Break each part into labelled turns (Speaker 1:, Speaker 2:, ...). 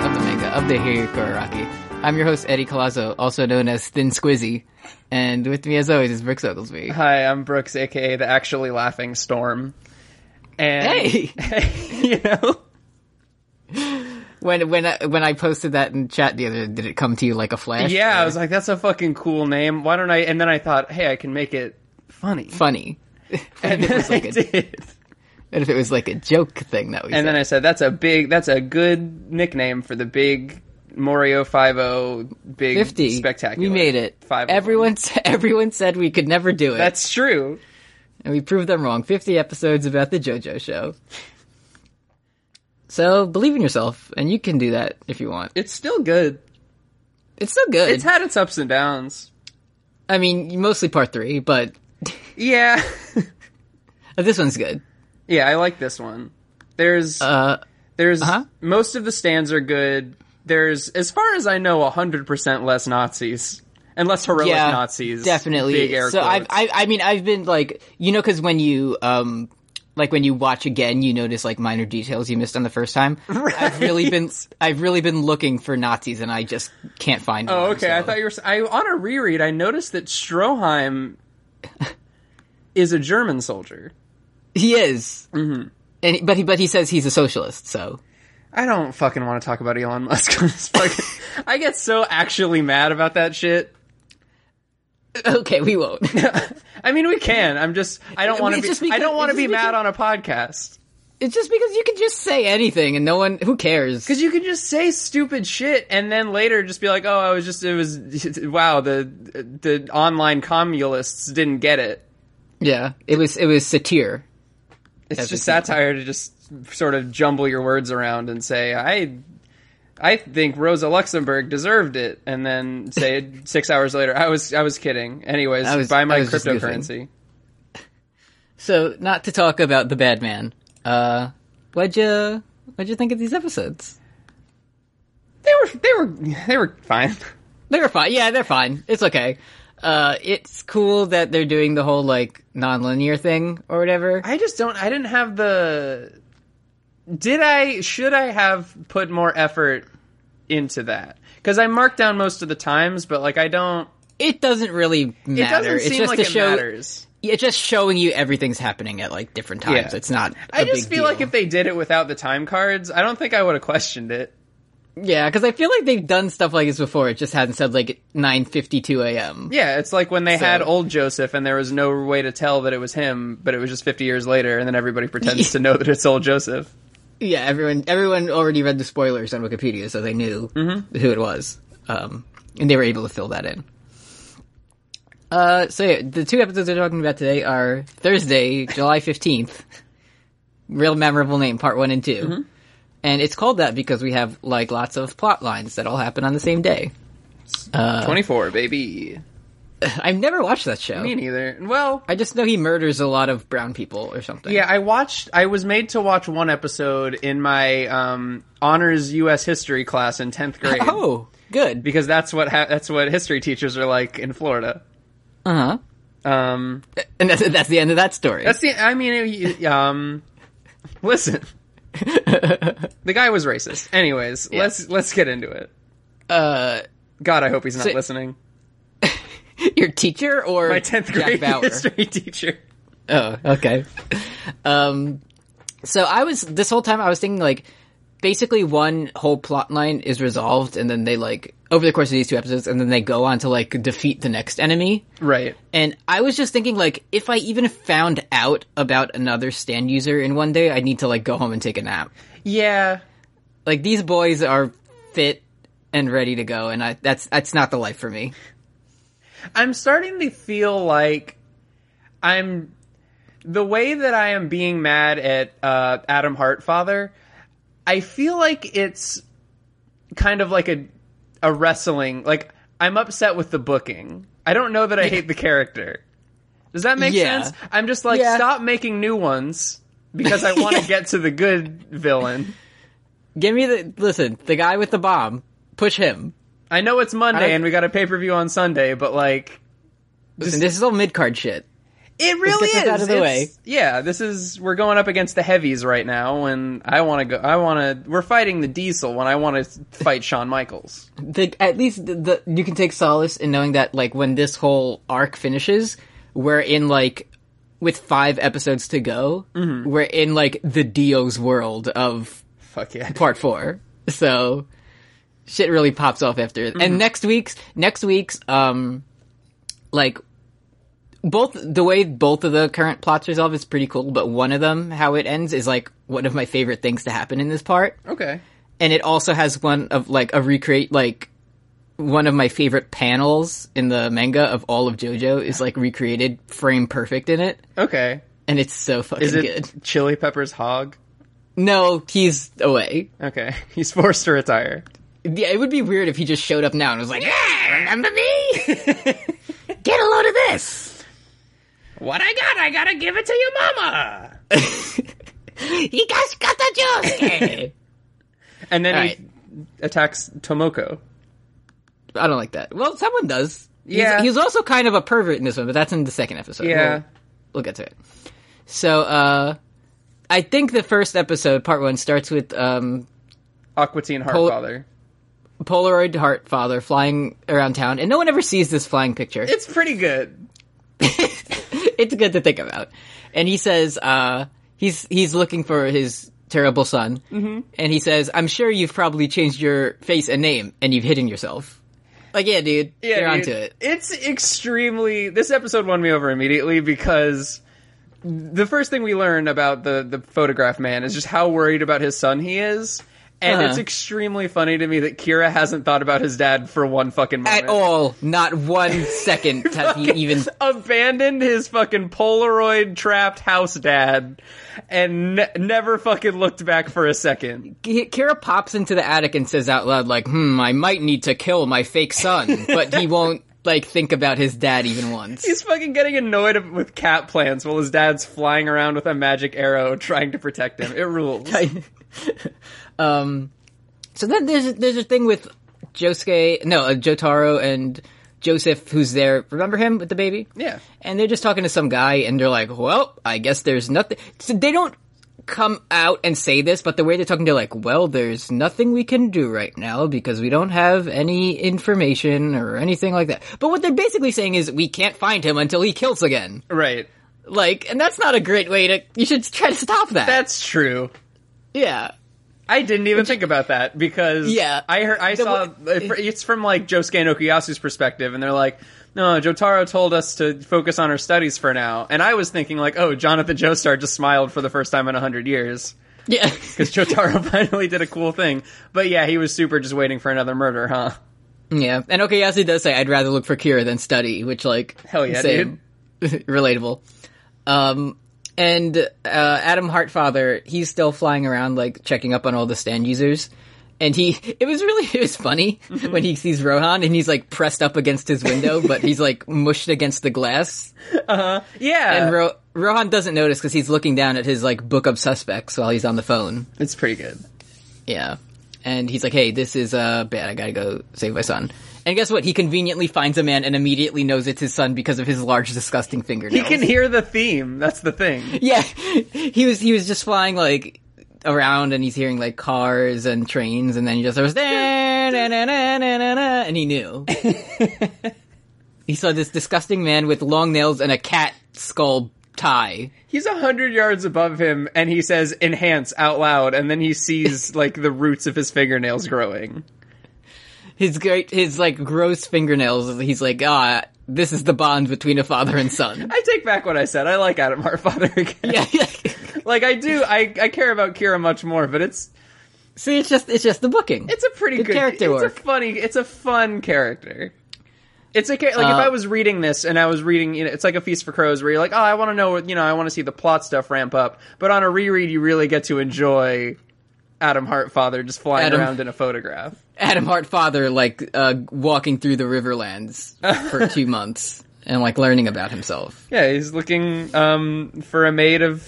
Speaker 1: of the Hear Your Core Rocky. I'm your host, Eddie Colazo, also known as Thin Squizzy. And with me, as always, is Brooks Oglesby.
Speaker 2: Hi, I'm Brooks, aka the actually laughing storm. And
Speaker 1: Hey!
Speaker 2: you know,
Speaker 1: When, when, I, when I posted that in chat the other did it come to you like a flash?
Speaker 2: yeah, I
Speaker 1: Or
Speaker 2: was like, that's a fucking cool name. Why don't I? And then I thought, hey, I can make it funny.
Speaker 1: funny.
Speaker 2: And
Speaker 1: it
Speaker 2: then
Speaker 1: was like
Speaker 2: I
Speaker 1: a-
Speaker 2: did.
Speaker 1: What if it was like a joke thing that we
Speaker 2: And
Speaker 1: said?
Speaker 2: then I said, that's a big, that's a good nickname for the big Morio Five O big
Speaker 1: 50.
Speaker 2: spectacular.
Speaker 1: We made it.
Speaker 2: Five. oh.
Speaker 1: Everyone, s- everyone said we could never do it.
Speaker 2: That's true.
Speaker 1: and we proved them wrong. 50 episodes about the JoJo show. So believe in yourself, and you can do that if you want.
Speaker 2: It's still good.
Speaker 1: It's still good.
Speaker 2: It's had its ups and downs.
Speaker 1: I mean, mostly part three, but
Speaker 2: Yeah,
Speaker 1: this one's good.
Speaker 2: yeah, I like this one. There's
Speaker 1: Uh,
Speaker 2: There's
Speaker 1: Uh-huh.
Speaker 2: most of the stands are good. There's, as far as I know, hundred percent less Nazis and less heroic
Speaker 1: yeah,
Speaker 2: Nazis.
Speaker 1: definitely.
Speaker 2: Big air
Speaker 1: so I,
Speaker 2: quotes.
Speaker 1: I, I mean, I've been like, you know, because when you, um, like when you watch again, you notice like minor details you missed on the first time. I've really been, I've really been looking for Nazis, and I just can't find.
Speaker 2: oh,
Speaker 1: one,
Speaker 2: okay. I
Speaker 1: so-
Speaker 2: thought you were. s- I on a reread, I noticed that Stroheim is a German soldier.
Speaker 1: he is. Mm-hmm. And, but he, but he says he's a socialist, so
Speaker 2: I don't fucking want to talk about Elon Musk. on this fucking- I get so actually mad about that shit.
Speaker 1: okay, we won't.
Speaker 2: I mean, we can. I'm just. I don't want to
Speaker 1: It's
Speaker 2: be.
Speaker 1: just
Speaker 2: I
Speaker 1: because-
Speaker 2: don't want to
Speaker 1: it's
Speaker 2: be
Speaker 1: just
Speaker 2: mad on a podcast
Speaker 1: it's just because you can just say anything, and no one who cares.
Speaker 2: because you can just say stupid shit and then later just be like, "Oh, I was just. It was. Wow. The the online communists didn't get it.
Speaker 1: Yeah, it was, it was satire.
Speaker 2: It's
Speaker 1: That's
Speaker 2: just
Speaker 1: what people-
Speaker 2: satire to just sort of jumble your words around and say, "I." I think Rosa Luxemburg deserved it, and then say six hours later, "I was I was kidding." Anyways,
Speaker 1: I was-
Speaker 2: buy my
Speaker 1: I was just goofing.
Speaker 2: cryptocurrency.
Speaker 1: So, not to talk about the bad man. Uh, what'd you what'd you think of these episodes?
Speaker 2: They were they were they were fine.
Speaker 1: They were fine. Yeah, they're fine. It's okay. Uh, it's cool that they're doing the whole like non-linear thing or whatever.
Speaker 2: I just don't. I didn't have the. Did I? Should I have put more effort into that? Because I marked down most of the times, but like I don't.
Speaker 1: It doesn't really matter.
Speaker 2: It doesn't
Speaker 1: it's
Speaker 2: seem
Speaker 1: just
Speaker 2: like
Speaker 1: to
Speaker 2: it
Speaker 1: show,
Speaker 2: matters.
Speaker 1: It's just showing you everything's happening at like different times.
Speaker 2: Yeah.
Speaker 1: It's not. I
Speaker 2: I just feel like if they did it without the time cards, I don't think I would have questioned it.
Speaker 1: yeah, because I feel like they've done stuff like this before. It just hasn't said like nine fifty-two a.m.
Speaker 2: Yeah, it's like when they had
Speaker 1: So-
Speaker 2: old Joseph and there was no way to tell that it was him, but it was just 50 years later, and then everybody pretends to know that it's old Joseph.
Speaker 1: Yeah, everyone everyone already read the spoilers on Wikipedia, so they knew
Speaker 2: Mm-hmm.
Speaker 1: who it was, um, and they were able to fill that in. Uh, so yeah, the two episodes we're talking about today are Thursday, July fifteenth. Real memorable name, part one and 2
Speaker 2: Mm-hmm.
Speaker 1: and it's called that because we have like lots of plot lines that all happen on the same day.
Speaker 2: 24, baby.
Speaker 1: I've never watched that show.
Speaker 2: Me neither. Well,
Speaker 1: I just know he murders a lot of brown people or something.
Speaker 2: Yeah, I watched. I was made to watch one episode in my um, honors U.S. history class in tenth grade
Speaker 1: Oh, good.
Speaker 2: because that's what ha- that's what history teachers are like in Florida.
Speaker 1: Uh huh.
Speaker 2: Um,
Speaker 1: And that's, that's the end of that story.
Speaker 2: that's the. I mean, it- you- um, listen, the guy was racist. Anyways, let's let's get into it.
Speaker 1: uh,
Speaker 2: God, I hope he's not
Speaker 1: So-
Speaker 2: listening.
Speaker 1: your teacher or
Speaker 2: My tenth
Speaker 1: Jack
Speaker 2: grade
Speaker 1: Bauer?
Speaker 2: history teacher.
Speaker 1: Oh, okay. um, so I was this whole time I was thinking like basically one whole plot line is resolved, and then they like over the course of these two episodes, and then they go on to like defeat the next enemy.
Speaker 2: Right.
Speaker 1: And I was just thinking like if I even found out about another stand user in one day, I need to like go home and take a nap.
Speaker 2: Yeah.
Speaker 1: Like these boys are fit and ready to go, and I that's that's not the life for me.
Speaker 2: I'm starting to feel like I'm the way that I am being mad at uh, Adam Hartfather. I feel like it's kind of like a a wrestling. Like I'm upset with the booking. I don't know that I hate the character. Does that make
Speaker 1: Yeah.
Speaker 2: sense? I'm just like
Speaker 1: Yeah.
Speaker 2: stop making new ones because I want to get to the good villain.
Speaker 1: Give me the listen. The guy with the bomb, push him.
Speaker 2: I know it's Monday
Speaker 1: I-
Speaker 2: and we got a pay per view on Sunday, but like
Speaker 1: Listen, this is all mid card shit.
Speaker 2: It really
Speaker 1: get
Speaker 2: is.
Speaker 1: this out of the
Speaker 2: It's-
Speaker 1: way.
Speaker 2: Yeah, this is we're going up against the heavies right now, and I want to go. I want to. We're fighting the Diesel when I want to fight Shawn Michaels.
Speaker 1: the, at least the, the you can take solace in knowing that like when this whole arc finishes, we're in like with five episodes to go, we're in like the Dio's world of
Speaker 2: Fuck yeah.
Speaker 1: part four. So shit really pops off after it. And next week's next week's um like both the way both of the current plots resolve is pretty cool, but one of them, how it ends, is like one of my favorite things to happen in this part
Speaker 2: Okay.
Speaker 1: and it also has one of like a recreate like one of my favorite panels in the manga of all of JoJo is like recreated frame perfect in it,
Speaker 2: Okay.
Speaker 1: and it's so fucking
Speaker 2: Is it
Speaker 1: good.
Speaker 2: Chili Peppers Hog?
Speaker 1: No, he's away.
Speaker 2: Okay, he's forced to retire.
Speaker 1: Yeah, it would be weird if he just showed up now and was like, "Yeah, remember me? Get a load of this."
Speaker 2: What I got, I gotta give it to your mama.
Speaker 1: He got got the
Speaker 2: And then he
Speaker 1: Alright.
Speaker 2: attacks Tomoko.
Speaker 1: I don't like that. Well, someone does. He's-
Speaker 2: Yeah.
Speaker 1: he's, also kind of a pervert in this one, but that's in the second episode.
Speaker 2: Yeah.
Speaker 1: We'll- we'll get to it. So, uh, I think the first episode, part one, starts with um,
Speaker 2: Aquatine Heartfather.
Speaker 1: Polaroid Heart Father flying around town, and no one ever sees this flying picture.
Speaker 2: It's pretty good.
Speaker 1: it's good to think about. And he says uh, he's he's looking for his terrible son, mm-hmm. and he says, "I'm sure you've probably changed your face and name, and you've hidden yourself." Like, yeah, dude,
Speaker 2: Yeah,
Speaker 1: you're
Speaker 2: dude.
Speaker 1: onto it.
Speaker 2: It's extremely. This episode won me over immediately because the first thing we learn about the the photograph man is just how worried about his son he is, and
Speaker 1: Uh-huh.
Speaker 2: it's extremely funny to me that Kira hasn't thought about his dad for one fucking moment
Speaker 1: At all, not one second has he even
Speaker 2: abandoned his fucking Polaroid trapped house dad and ne- never fucking looked back for a second.
Speaker 1: Ki- Kira pops into the attic and says out loud, like, hmm, I might need to kill my fake son, but he won't, like, think about his dad even once.
Speaker 2: He's fucking getting annoyed with cat plants while his dad's flying around with a magic arrow trying to protect him. It rules.
Speaker 1: um, so then there's, there's a thing with Josuke, no, uh, Jotaro and Joseph, who's there, remember him with the baby?
Speaker 2: Yeah.
Speaker 1: And they're just talking to some guy, and they're like, well, I guess there's nothing. So they don't come out and say this, but the way they're talking, they're like, well, there's nothing we can do right now because we don't have any information or anything like that. But what they're basically saying is, we can't find him until he kills again.
Speaker 2: Right.
Speaker 1: Like, and that's not a great way to. You should try to stop that.
Speaker 2: That's true.
Speaker 1: yeah.
Speaker 2: I didn't even think about that because
Speaker 1: Yeah.
Speaker 2: I heard I
Speaker 1: The
Speaker 2: saw uh, it's from like Josuke and Okuyasu's perspective, and they're like, "No, Jotaro told us to focus on our studies for now," and I was thinking like, "Oh, Jonathan Joestar just smiled for the first time in a hundred years."
Speaker 1: Yeah.
Speaker 2: because Jotaro finally did a cool thing. But yeah, he was super just waiting for another murder, huh?
Speaker 1: yeah. And Okayasu does say, I'd rather look for Kira than study, which, like,
Speaker 2: Hell yeah,
Speaker 1: Relatable. Um, and uh, Adam Hartfather, he's still flying around, like checking up on all the stand users. And he, it was really, it was funny
Speaker 2: Mm-hmm.
Speaker 1: when he sees Rohan and he's like pressed up against his window, but he's like mushed against the glass.
Speaker 2: Yeah,
Speaker 1: And Ro- Rohan doesn't notice because he's looking down at his like book of suspects while he's on the phone.
Speaker 2: it's pretty good.
Speaker 1: Yeah. And he's like, hey, this is, uh, bad. I gotta go save my son. And guess what? He conveniently finds a man and immediately knows it's his son because of his large, disgusting fingernails.
Speaker 2: You can hear the theme. That's the thing.
Speaker 1: yeah he was he was just flying like around and he's hearing like cars and trains and then he just goes "Da, na, na, na, na, na, na," and he knew he saw this disgusting man with long nails and a cat skull tie
Speaker 2: He's a hundred yards above him, and he says "enhance" out loud, and then he sees like the roots of his fingernails growing.
Speaker 1: his great his like gross fingernails he's like ah this is the bond between a father and son
Speaker 2: I take back what I said. I like Adam Hartfather again.
Speaker 1: yeah yeah.
Speaker 2: Like I do. I I care about Kira much more, but it's
Speaker 1: see it's just it's just the booking
Speaker 2: it's a pretty
Speaker 1: Good
Speaker 2: good
Speaker 1: character
Speaker 2: It's
Speaker 1: work.
Speaker 2: a funny. It's a fun character. It's a char- like
Speaker 1: Uh,
Speaker 2: if I was reading this and I was reading, you know, it's like a feast for crows where you're like, oh, I want to know, you know, I want to see the plot stuff ramp up. But on a reread, you really get to enjoy Adam Hartfather just flying
Speaker 1: Adam-
Speaker 2: around in a photograph.
Speaker 1: Adam Hart father like uh walking through the riverlands for two months and like learning about himself
Speaker 2: Yeah, he's looking um, for a maid of.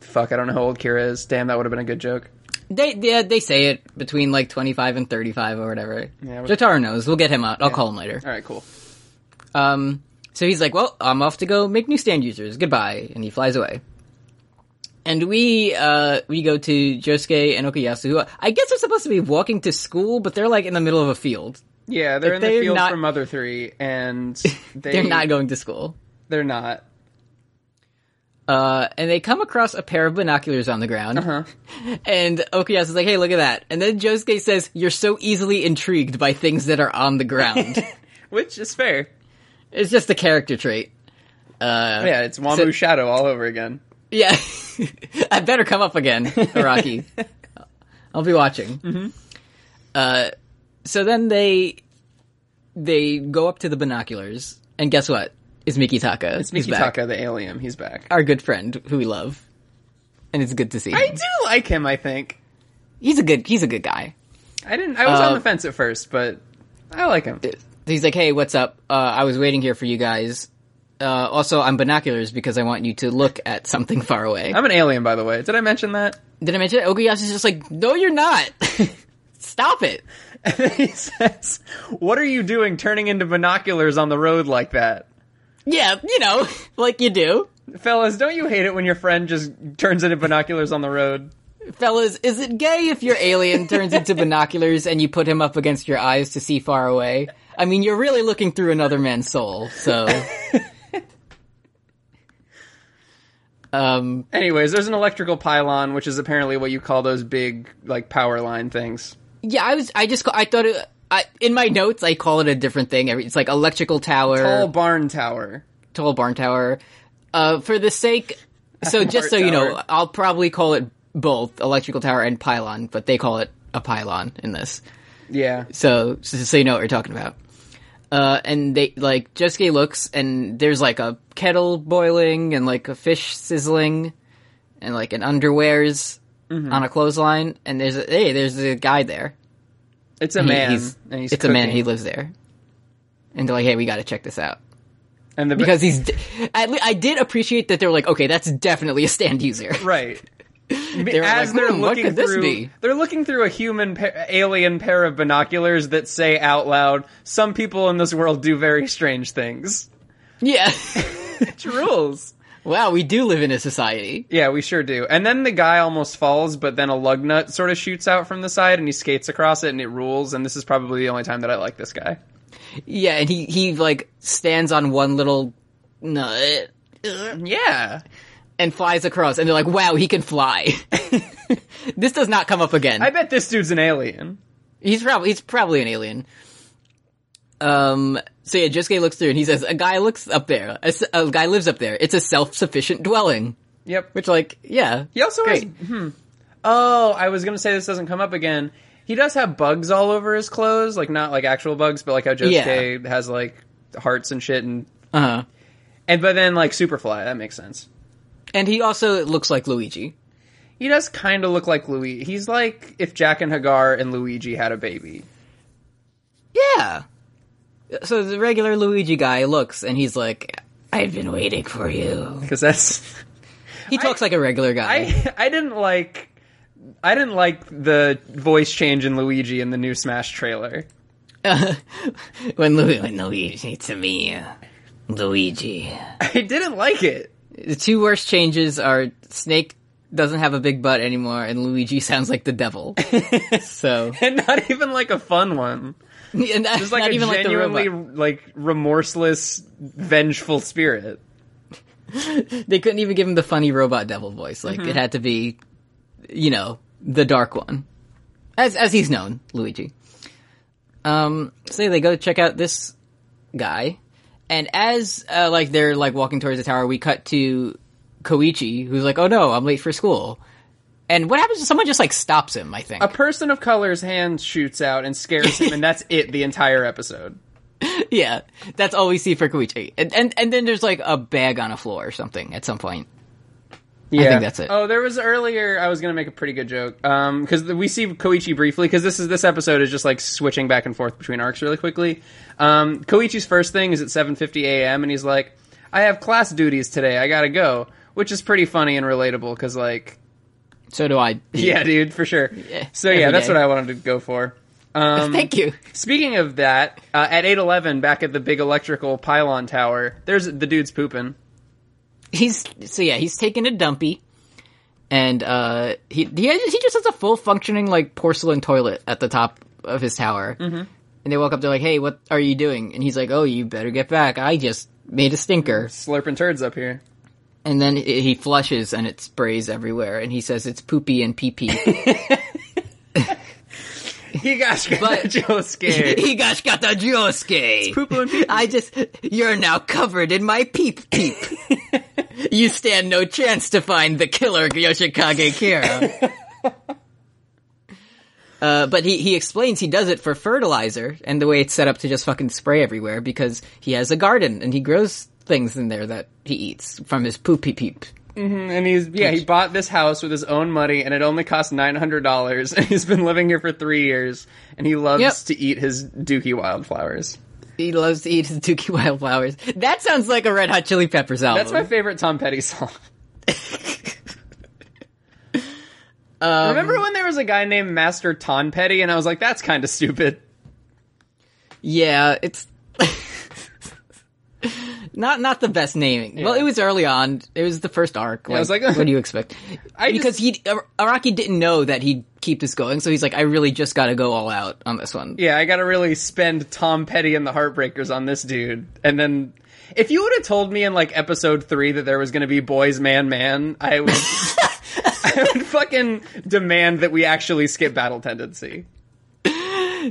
Speaker 2: Fuck, I don't know how old Kira is. Damn, that would have been a good joke.
Speaker 1: They yeah, they say it between like twenty five and thirty five or whatever.
Speaker 2: Yeah,
Speaker 1: Yeah,
Speaker 2: we-
Speaker 1: Jotaro knows. We'll get him out. I'll call him later.
Speaker 2: All right, cool.
Speaker 1: Um, So he's like, "Well, I'm off to go make new stand users. Goodbye," and he flies away. And we uh we go to Josuke and Okuyasu. Who I guess are supposed to be walking to school, but they're like in the middle of a field.
Speaker 2: Yeah, they're in the
Speaker 1: they're
Speaker 2: field
Speaker 1: not-
Speaker 2: from Mother Three, and they,
Speaker 1: They're not going to school.
Speaker 2: They're not.
Speaker 1: Uh, and they come across a pair of binoculars on the ground. And Okuyasu is like, "Hey, look at that!" And then Josuke says, "You're so easily intrigued by things that are on the ground."
Speaker 2: Which is fair.
Speaker 1: it's just a character trait.
Speaker 2: yeah, it's Wamu
Speaker 1: so-
Speaker 2: Shadow all over again.
Speaker 1: Yeah, I better come up again, Araki. I'll be watching. Uh, so then they they go up to the binoculars, and guess what? It's Miki Taka. It's
Speaker 2: Miki Taka, the alien, he's back.
Speaker 1: our good friend who we love, and it's good to see.
Speaker 2: I
Speaker 1: Him.
Speaker 2: do like him. I think
Speaker 1: He's a good he's a good guy.
Speaker 2: I didn't. I was on
Speaker 1: Uh,
Speaker 2: the fence at first, but I like him.
Speaker 1: He's like, hey, what's up? Uh, I was waiting here for you guys. Uh, also, I'm binoculars because I want you to look at something far away.
Speaker 2: I'm an alien, by the way. Did I mention that?
Speaker 1: Did I mention it? Okuyasu's just like, no, you're not. Stop it.
Speaker 2: he says, "What are you doing, turning into binoculars on the road like that,
Speaker 1: Yeah, you know, like you do.
Speaker 2: fellas? Don't you hate it when your friend just turns into binoculars on the road?"
Speaker 1: Fellas, is it gay if your alien turns into binoculars and you put him up against your eyes to see far away? I mean, you're really looking through another man's soul, so. um,
Speaker 2: Anyways, there's an electrical pylon, which is apparently what you call those big like power line things.
Speaker 1: yeah, I was, I just, ca- I thought it, I, in my notes, I call it a different thing. Every- It's like electrical tower,
Speaker 2: Tall
Speaker 1: tall,
Speaker 2: barn tower.
Speaker 1: barn tower. Uh, for the sake, so just so you know,
Speaker 2: tower.
Speaker 1: I'll probably call it both electrical tower and pylon, but they call it a pylon in this.
Speaker 2: Yeah,
Speaker 1: So, so, so you know what you're talking about. Uh, and they, like, Josuke looks and there's like a kettle boiling and like a fish sizzling and like an underwears
Speaker 2: Mm-hmm.
Speaker 1: on a clothesline. And there's a, hey, there's a guy there.
Speaker 2: it's a
Speaker 1: He-
Speaker 2: man,
Speaker 1: he's-
Speaker 2: and he's
Speaker 1: it's a man.
Speaker 2: cooking.
Speaker 1: He lives there. And they're like, hey, we gotta check this out.
Speaker 2: and the
Speaker 1: Because he's, de- at le- I did appreciate that they were like, okay, that's definitely a stand user.
Speaker 2: right.
Speaker 1: were
Speaker 2: As
Speaker 1: like,
Speaker 2: they're
Speaker 1: "Hmm,
Speaker 2: looking
Speaker 1: what could this
Speaker 2: through,
Speaker 1: be?"
Speaker 2: they're looking through a human pa- alien pair of binoculars that say out loud, "Some people in this world do very strange things."
Speaker 1: yeah.
Speaker 2: It's rules.
Speaker 1: wow, we do live in a society.
Speaker 2: Yeah, we sure do. And then the guy almost falls, but then a lug nut sort of shoots out from the side, and he skates across it, and it rules. And this is probably the only time that I like this guy.
Speaker 1: Yeah, and he, he like stands on one little nut.
Speaker 2: Yeah,
Speaker 1: and flies across, and they're like, "Wow, he can fly." this does not come up again.
Speaker 2: I bet this dude's an alien.
Speaker 1: he's probably he's probably an alien. Um. So yeah, Josuke looks through and he says, "A guy looks up there. A, s- a guy lives up there. It's a self-sufficient dwelling."
Speaker 2: Yep.
Speaker 1: Which, like, yeah,
Speaker 2: He also
Speaker 1: great.
Speaker 2: has. Hmm. Oh, I was gonna say this doesn't come up again. He does have bugs all over his clothes, like not like actual bugs, but like how Josuke has like hearts and shit, and
Speaker 1: uh-huh.
Speaker 2: and but then like Superfly, that makes sense.
Speaker 1: and he also looks like Luigi.
Speaker 2: He does kind of look like Luigi. He's like if Jack and Hagar and Luigi had a baby.
Speaker 1: Yeah. So the regular Luigi guy looks, and he's like, "I've been waiting for you."
Speaker 2: Because that's
Speaker 1: He talks like a regular guy.
Speaker 2: I I didn't like I didn't like the voice change in Luigi in the new Smash trailer.
Speaker 1: when, Lu- when Luigi to me, uh, Luigi.
Speaker 2: I didn't like it.
Speaker 1: The two worst changes are Snake doesn't have a big butt anymore, and Luigi sounds like the devil. so,
Speaker 2: And not even like a fun one.
Speaker 1: and that's
Speaker 2: It's like
Speaker 1: not
Speaker 2: a
Speaker 1: even like the
Speaker 2: genuinely
Speaker 1: robot.
Speaker 2: like remorseless, vengeful spirit.
Speaker 1: They couldn't even give him the funny robot devil voice. Like it had to be, you know, the dark one, as as he's known, Luigi. Um, so they go check out this guy, and as uh, like they're like walking towards the tower, we cut to Koichi, who's like, "Oh no, I'm late for school." And what happens is someone just like stops him. I think.
Speaker 2: A person of color's hand shoots out and scares him, and that's it. The entire episode.
Speaker 1: Yeah, that's all we see for Koichi. And, and and then there's like a bag on a floor or something at some point.
Speaker 2: Yeah,
Speaker 1: think that's it.
Speaker 2: Oh, there was earlier. I was gonna make a pretty good joke. Um, because we see Koichi briefly. Because this is this episode is just like switching back and forth between arcs really quickly. Um, Koichi's first thing is at 7:50 a.m. and he's like, "I have class duties today. I gotta go," which is pretty funny and relatable. Because like,
Speaker 1: So do I.
Speaker 2: yeah, dude, for sure. so
Speaker 1: every
Speaker 2: yeah, that's
Speaker 1: day.
Speaker 2: what I wanted to go for. Um,
Speaker 1: Thank you.
Speaker 2: Speaking of that, uh, at eight eleven, back at the big electrical pylon tower, there's the dude's pooping.
Speaker 1: He's so yeah, he's taking a dumpy, and uh, he he he just has a full functioning like porcelain toilet at the top of his tower. Mm-hmm. And they walk up, they're like, "Hey, what are you doing?" And he's like, "Oh, you better get back. I just made a stinker."
Speaker 2: Slurping turds up here.
Speaker 1: And then he he flushes, and it sprays everywhere. And he says, "It's poopy and pee pee."
Speaker 2: He got
Speaker 1: But-
Speaker 2: Joe scared.
Speaker 1: he got got the Josuke.
Speaker 2: Poopoo and pee-pee.
Speaker 1: I just, you're now covered in my peep peep. you stand no chance to find the killer Yoshikage Kira. Uh, but he, he explains he does it for fertilizer and the way it's set up to just fucking spray everywhere because he has a garden and he grows things in there that he eats from his poopy peep.
Speaker 2: And he's yeah, he bought this house with his own money, and it only cost nine hundred dollars. And he's been living here for three years, and he loves
Speaker 1: Yep.
Speaker 2: to eat his dookie wildflowers.
Speaker 1: He loves to eat his dookie wildflowers. That sounds like a Red Hot Chili Peppers album.
Speaker 2: That's my favorite Tom Petty song. Remember when there was a guy named Master Tom Petty, and I was like, "That's kind of stupid."
Speaker 1: Yeah, it's not not the best naming. Well, it was early on. It was the first arc. Like,
Speaker 2: I was like,
Speaker 1: what do you expect?
Speaker 2: I
Speaker 1: because he Ar- Araki didn't know that he'd keep this going, so he's like, I really just got to go all out on this one.
Speaker 2: Yeah, I gotta really spend Tom Petty and the Heartbreakers on this dude. And then, if you would have told me in like episode three that there was gonna be Boys Man Man, I would, I would fucking demand that we actually skip Battle Tendency.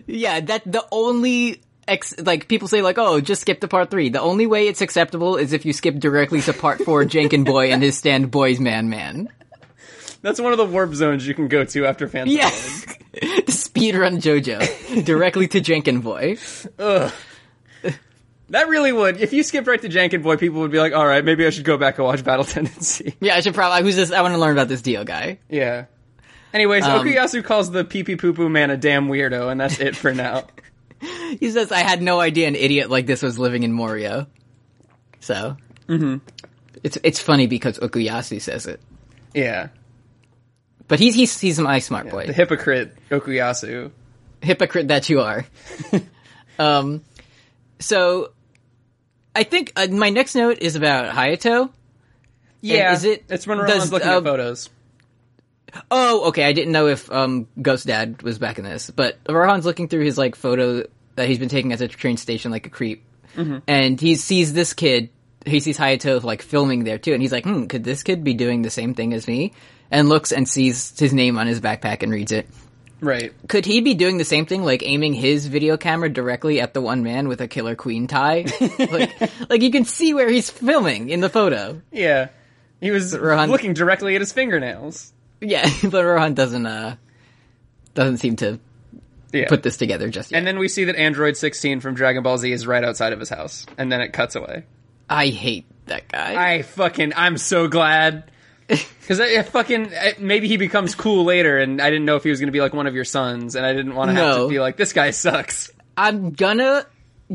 Speaker 1: Yeah, that the only. Ex- like people say, like, oh, just skip to part three. The only way it's acceptable is if you skip directly to part four, Jenkin Boy and his stand, Boys Man Man.
Speaker 2: That's one of the warp zones you can go to after fan.
Speaker 1: Yes, the speedrun JoJo directly to Jenkin Boy.
Speaker 2: that really would. If you skipped right to Jankin Boy, people would be like, "All right, maybe I should go back and watch Battle Tendency."
Speaker 1: Yeah, I should probably. Who's this? I want to learn about this Dio guy.
Speaker 2: Yeah. Anyways, Okuyasu calls the pee pee poo poo man a damn weirdo, and that's it for now.
Speaker 1: He says, I had no idea an idiot like this was living in Morio. So. It's, it's funny because Okuyasu says it.
Speaker 2: yeah,
Speaker 1: But he's, he's, he's my smart boy.
Speaker 2: the hypocrite Okuyasu.
Speaker 1: Hypocrite that you are. um, so, I think uh, my next note is about Hayato.
Speaker 2: Yeah,
Speaker 1: is it-
Speaker 2: It's when
Speaker 1: does,
Speaker 2: Roman's looking
Speaker 1: uh,
Speaker 2: at photos.
Speaker 1: Oh, okay, I didn't know if, um, Ghost Dad was back in this, but Rohan's looking through his, like, photo that he's been taking at the train station like a creep. And he sees this kid, he sees Hayato, like, filming there too, and he's like, hmm, could this kid be doing the same thing as me? And looks and sees his name on his backpack and reads it.
Speaker 2: Right.
Speaker 1: Could he be doing the same thing, like aiming his video camera directly at the one man with a killer queen tie? like, like you can see where he's filming in the photo.
Speaker 2: Yeah. He was
Speaker 1: Rohan-
Speaker 2: looking directly at his fingernails.
Speaker 1: Yeah, but Rohan doesn't, uh, doesn't seem to
Speaker 2: Yeah.
Speaker 1: put this together just yet.
Speaker 2: and then we see that Android 16 from Dragon Ball Z is right outside of his house, and then it cuts away.
Speaker 1: I hate that guy.
Speaker 2: I fucking I'm so glad because I, I fucking I, maybe he becomes cool later, and I didn't know if he was gonna be like one of your sons, and I didn't want to have
Speaker 1: No.
Speaker 2: to be like this guy sucks.
Speaker 1: I, am gonna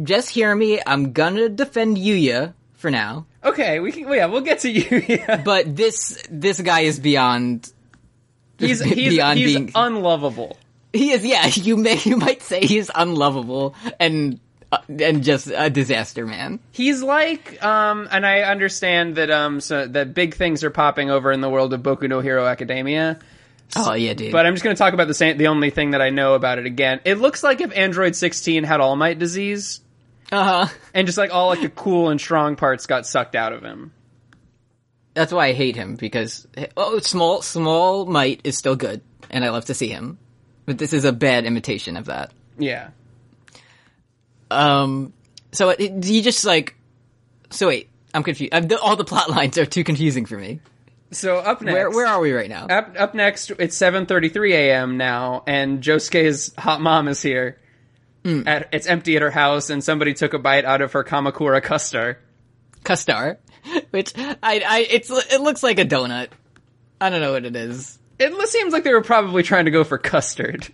Speaker 1: just hear me. I'm gonna defend Yuya for now,
Speaker 2: Okay, we can. Yeah, we'll get to you. Yeah.
Speaker 1: but this this guy is beyond.
Speaker 2: He's he's,
Speaker 1: Beyond
Speaker 2: he's
Speaker 1: being-
Speaker 2: unlovable.
Speaker 1: He is. Yeah, you may you might say he's unlovable and uh, and just a disaster man.
Speaker 2: He's like, um, and I understand that um, so that big things are popping over in the world of Boku no Hero Academia.
Speaker 1: Oh yeah, dude.
Speaker 2: But I'm just going to talk about the same, the only thing that I know about it again. It looks like if Android 16 had All Might disease,
Speaker 1: uh huh.
Speaker 2: and just like all like the cool and strong parts got sucked out of him.
Speaker 1: That's why I hate him because oh, small small might is still good, and I love to see him. But this is a bad imitation of that.
Speaker 2: Yeah,
Speaker 1: Um, so it, it- he just like, so wait, I'm confused. i the, all the plot lines are too confusing for me.
Speaker 2: So up next, Uh,
Speaker 1: Where where are we right now?
Speaker 2: up, up next? It's seven thirty three a.m. now, and Josuke's hot mom is here.
Speaker 1: Hmm.
Speaker 2: At, it's empty at her house, and somebody took a bite out of her kamakura custard.
Speaker 1: Custar, which I I it's it looks like a donut. I don't know what it is.
Speaker 2: It l- seems like they were probably trying to go for custard.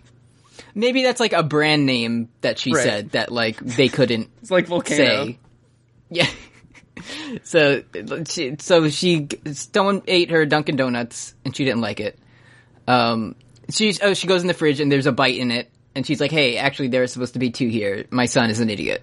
Speaker 1: Maybe that's like a brand name that she
Speaker 2: Right.
Speaker 1: said that like they couldn't
Speaker 2: It's like volcano.
Speaker 1: say. Yeah. so she, so she someone ate her Dunkin' Donuts and she didn't like it. Um, she oh she goes in the fridge and there's a bite in it and she's like, "Hey, actually, there are supposed to be two here. My son is an idiot."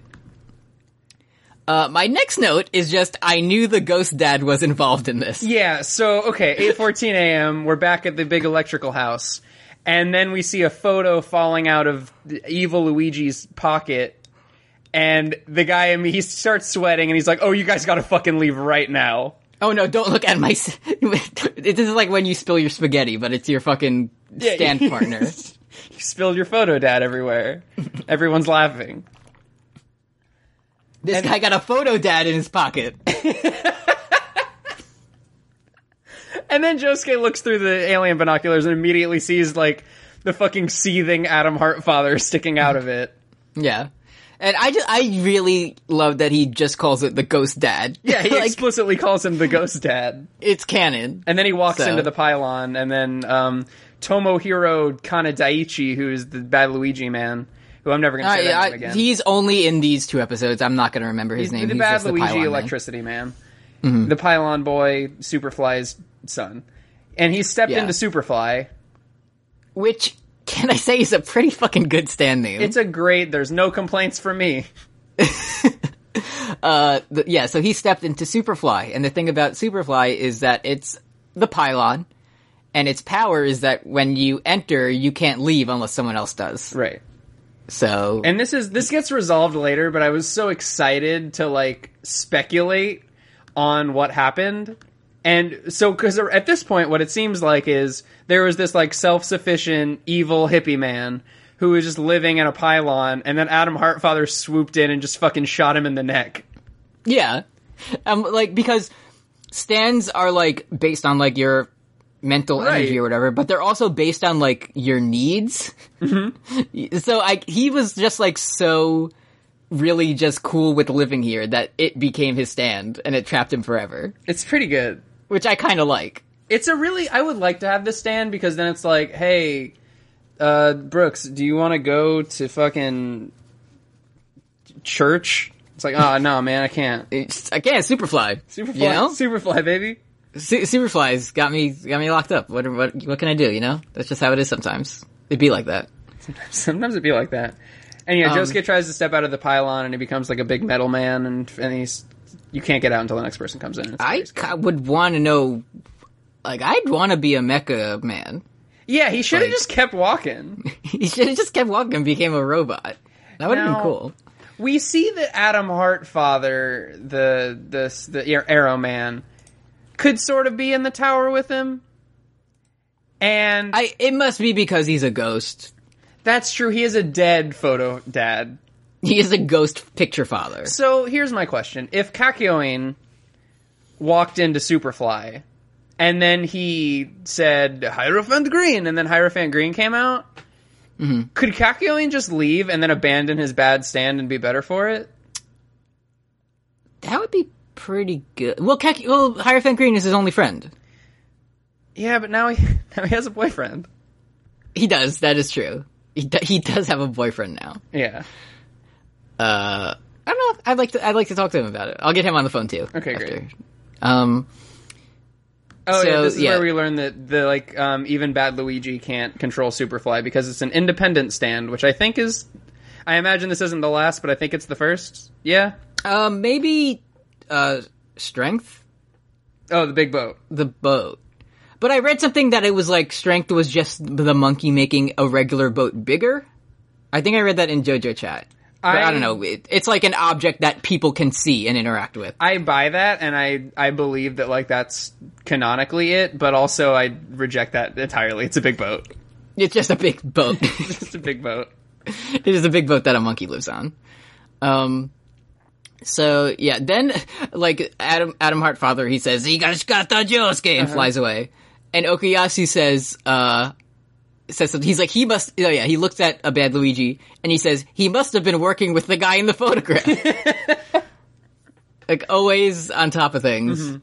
Speaker 1: Uh, my next note is just, I knew the ghost dad was involved in this.
Speaker 2: Yeah, so okay, 8:14 a.m. we're back at the big electrical house. And then we see a photo falling out of the- evil Luigi's pocket. And the guy, I mean, he starts sweating and he's like, "Oh, you guys got to fucking leave right now."
Speaker 1: Oh no, don't look at my. s- this is like when you spill your spaghetti, but it's your fucking
Speaker 2: Yeah.
Speaker 1: stand partner.
Speaker 2: You spilled your photo dad everywhere. Everyone's laughing.
Speaker 1: This guy got a photo dad in his pocket.
Speaker 2: And then Josuke looks through the alien binoculars and immediately sees like the fucking seething Adam Hart father sticking out of it.
Speaker 1: yeah. And I just, I really love that he just calls it the ghost dad.
Speaker 2: Yeah, he
Speaker 1: like,
Speaker 2: explicitly calls him the ghost dad.
Speaker 1: it's canon.
Speaker 2: And then he walks
Speaker 1: So-
Speaker 2: into the pylon, and then um, Tomohiro Kanadaichi, who's the bad Luigi man, who I'm never going to
Speaker 1: I,
Speaker 2: say that
Speaker 1: I-
Speaker 2: name again.
Speaker 1: he's only in these two episodes. I'm not going to remember his name.
Speaker 2: the
Speaker 1: he's
Speaker 2: bad
Speaker 1: just the
Speaker 2: Luigi
Speaker 1: pylon man.
Speaker 2: electricity man,
Speaker 1: Mm-hmm.
Speaker 2: the pylon boy, Superfly's son, and he stepped
Speaker 1: Yeah.
Speaker 2: into Superfly.
Speaker 1: Which, can I say, is a pretty fucking good stand name.
Speaker 2: It's a great. There's no complaints for me.
Speaker 1: uh, th- yeah, so he stepped into Superfly, and the thing about Superfly is that it's the pylon, and its power is that when you enter, you can't leave unless someone else does.
Speaker 2: Right.
Speaker 1: So,
Speaker 2: And this is this gets resolved later, but I was so excited to like speculate on what happened. And so cuz at this point what it seems like is there was this like self-sufficient evil hippie man who was just living in a pylon and then Adam Hartfather swooped in and just fucking shot him in the neck.
Speaker 1: yeah. Um, like, because stands are, like, based on, like, your mental
Speaker 2: Right.
Speaker 1: energy or whatever, but they're also based on, like, your needs.
Speaker 2: Mm-hmm.
Speaker 1: so, I, he was just, like, so really just cool with living here that it became his stand, and it trapped him forever.
Speaker 2: It's pretty good.
Speaker 1: which I kind of like.
Speaker 2: It's a really I would like to have this stand because then it's like, hey, uh Brooks, do you want to go to fucking church? It's like, oh no, man, I can't.
Speaker 1: It's, again, Superfly.
Speaker 2: Superfly,
Speaker 1: You know?
Speaker 2: Superfly, baby.
Speaker 1: Su- Superfly's got me got me locked up. What what what can I do? You know, that's just how it is sometimes. It'd be like that.
Speaker 2: Sometimes it be like that. And yeah, Josuke tries to step out of the pylon, and he becomes like a big metal man, and and he's you can't get out until the next person comes in. It's
Speaker 1: I
Speaker 2: crazy.
Speaker 1: ca- would want to know. Like, I'd want to be a mecha man.
Speaker 2: yeah, he should have
Speaker 1: Like-
Speaker 2: just kept walking.
Speaker 1: he should have just kept walking and became a robot. That would have
Speaker 2: Now-
Speaker 1: been cool.
Speaker 2: we see that Adam Hart father, the the the Ar- Arrow Man, could sort of be in the tower with him. And
Speaker 1: I it must be because he's a ghost.
Speaker 2: that's true. He is a dead photo dad.
Speaker 1: He is a ghost picture father.
Speaker 2: So here's my question: If Kakyoin walked into Superfly, and then he said Hierophant Green, and then Hierophant Green came out, could Kakyoin just leave and then abandon his bad stand and be better for it?
Speaker 1: That would be pretty good. Well, Kek- well, Hierophant Green is his only friend.
Speaker 2: Yeah, but now he now he has a boyfriend.
Speaker 1: He does. That is true. He do- he does have a boyfriend now.
Speaker 2: Yeah.
Speaker 1: uh, I don't know. I'd like to. I'd like to talk to him about it. I'll get him on the phone too.
Speaker 2: Okay, great.
Speaker 1: Um,
Speaker 2: Oh yeah,
Speaker 1: So,
Speaker 2: this is
Speaker 1: yeah.
Speaker 2: where we learn that the like um, even bad Luigi can't control Superfly because it's an independent stand, which I think is. I imagine this isn't the last, but I think it's the first. Yeah.
Speaker 1: um, maybe uh, strength
Speaker 2: Oh, the big boat.
Speaker 1: the boat. But I read something that it was like strength was just the monkey making a regular boat bigger. I think I read that in JoJo chat. But I,
Speaker 2: I-
Speaker 1: don't know. It, it's like an object that people can see and interact with.
Speaker 2: I buy that, and I I believe that like that's canonically it, but also I reject that entirely. It's a big boat.
Speaker 1: It's just a big boat.
Speaker 2: It's a big boat.
Speaker 1: it is a big boat that a monkey lives on. Um, so yeah, then like Adam Adam Hart father, he says "Higashikata Josuke" and flies away, and Okuyasu says uh says something. He's like he must. Oh yeah, he looks at a bad Luigi and he says he must have been working with the guy in the photograph. like always on top of things.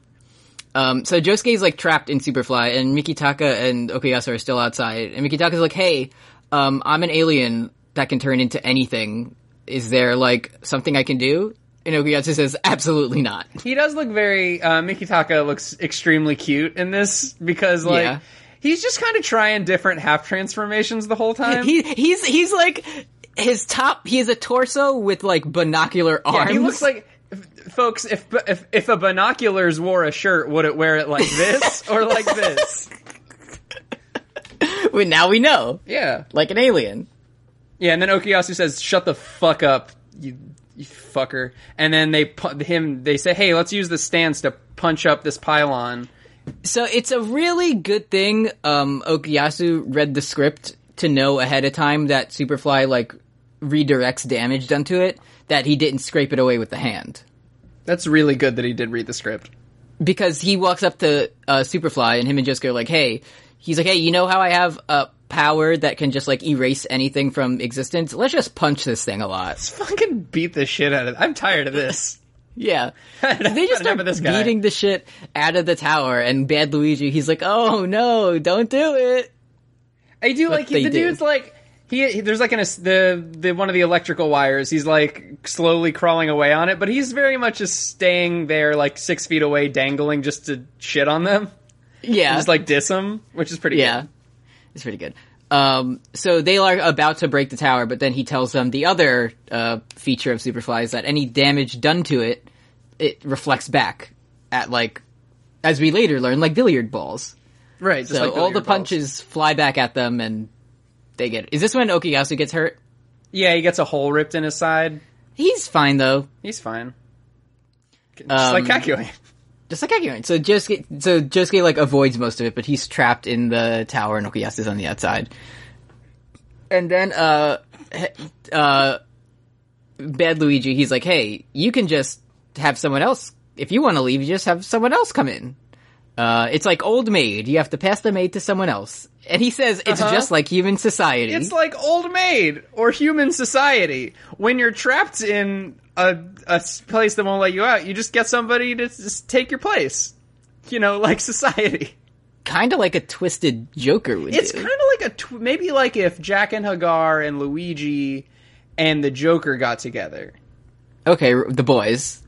Speaker 1: Um, so Josuke's like trapped in Superfly, and Mikitaka and Okuyasu are still outside. And Mikitaka's like, "Hey, um, I'm an alien that can turn into anything. Is there like something I can do?" And Okuyasu says, "Absolutely not."
Speaker 2: He does look very. Uh, Mikitaka looks extremely cute in this because like
Speaker 1: Yeah.
Speaker 2: He's just kind of trying different half transformations the whole time.
Speaker 1: He he's he's like his top. He is a torso with like binocular
Speaker 2: Yeah,
Speaker 1: arms.
Speaker 2: he looks like, f- folks. If, if if a binoculars wore a shirt, would it wear it like this or like this?
Speaker 1: Well, now we know,
Speaker 2: Yeah,
Speaker 1: like an alien.
Speaker 2: yeah. And then Okuyasu says, "Shut the fuck up, you, you fucker." And then they pu- him. They say, "Hey, let's use the stance to punch up this pylon."
Speaker 1: So it's a really good thing. Um, Okuyasu read the script to know ahead of time that Superfly like redirects damage done to it. That he didn't scrape it away with the hand.
Speaker 2: That's really good that he did read the script.
Speaker 1: because he walks up to uh, Superfly and him and Jessica are like, "Hey," he's like, "Hey, you know how I have a power that can just like erase anything from existence? Let's just punch this thing a lot."
Speaker 2: Let's fucking beat the shit out of. I'm tired of this.
Speaker 1: Yeah, they just
Speaker 2: Remember
Speaker 1: start
Speaker 2: this guy.
Speaker 1: beating the shit out of the tower. And Bad Luigi, he's like, "Oh no, don't do it."
Speaker 2: I do like
Speaker 1: they
Speaker 2: the
Speaker 1: do.
Speaker 2: dude's like he, he- there's like an ass- the the one of the electrical wires. He's like slowly crawling away on it, but he's very much just staying there, like six feet away, dangling just to shit on them,
Speaker 1: Yeah,
Speaker 2: just like diss them, which is pretty.
Speaker 1: Uh, yeah,
Speaker 2: good.
Speaker 1: it's pretty good. Um, so they are about to break the tower, but then he tells them the other uh, feature of Superfly is that any damage done to it, it reflects back at like, as we later learn, like billiard balls.
Speaker 2: right. Just
Speaker 1: So all
Speaker 2: like
Speaker 1: the
Speaker 2: billiard balls.
Speaker 1: punches fly back at them, and they get. Is this when Okuyasu gets hurt?
Speaker 2: Yeah, he gets a hole ripped in his side.
Speaker 1: He's fine though,
Speaker 2: He's fine. Just
Speaker 1: Um,
Speaker 2: like Kakyoin.
Speaker 1: just like Akuin. So Josuke, so Josuke like avoids most of it, but he's trapped in the tower, and Okuyasu's on the outside. And then, uh, he- uh, Bad Luigi, he's like, "Hey, you can just have someone else. If you want to leave, you just have someone else come in. Uh, it's like old maid. You have to pass the maid to someone else." And he says, "It's
Speaker 2: Uh-huh.
Speaker 1: just like human society."
Speaker 2: It's like old maid or human society. When you're trapped in a, a s- place that won't let you out, you just get somebody to just take your place. You know, like society.
Speaker 1: kind of like a twisted Joker would
Speaker 2: It's
Speaker 1: do.
Speaker 2: kind of like a tw- maybe like if Jack and Hagar and Luigi and the Joker got together.
Speaker 1: okay, r- the boys.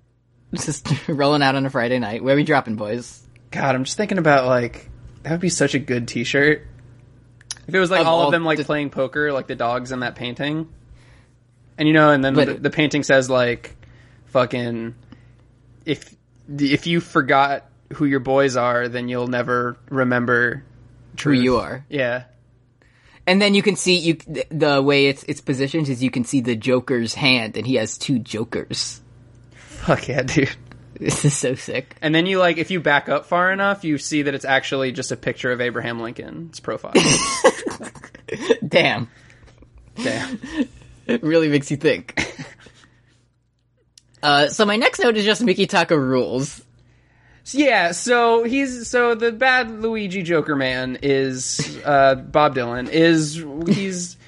Speaker 1: Just rolling out on a Friday night. Where we dropping, boys?
Speaker 2: God, I'm just thinking about like that would be such a good T-shirt. If it was like
Speaker 1: Of
Speaker 2: all
Speaker 1: all
Speaker 2: of them like
Speaker 1: the-
Speaker 2: playing poker, like the dogs in that painting, and you know, and then
Speaker 1: But-
Speaker 2: the, the painting says like, "Fucking, if if you forgot who your boys are, then you'll never remember
Speaker 1: Who you are.
Speaker 2: Yeah,
Speaker 1: And then you can see you th- the way it's it's positioned is you can see the Joker's hand, and he has two Jokers.
Speaker 2: fuck yeah, dude.
Speaker 1: This is so sick.
Speaker 2: And then you like, if you back up far enough, you see that it's actually just a picture of Abraham Lincoln's profile.
Speaker 1: Damn,
Speaker 2: Damn.
Speaker 1: it really makes you think. Uh, so my next note is just Mickey Taka rules.
Speaker 2: Yeah, so he's so the bad Luigi Joker man is uh, Bob Dylan is he's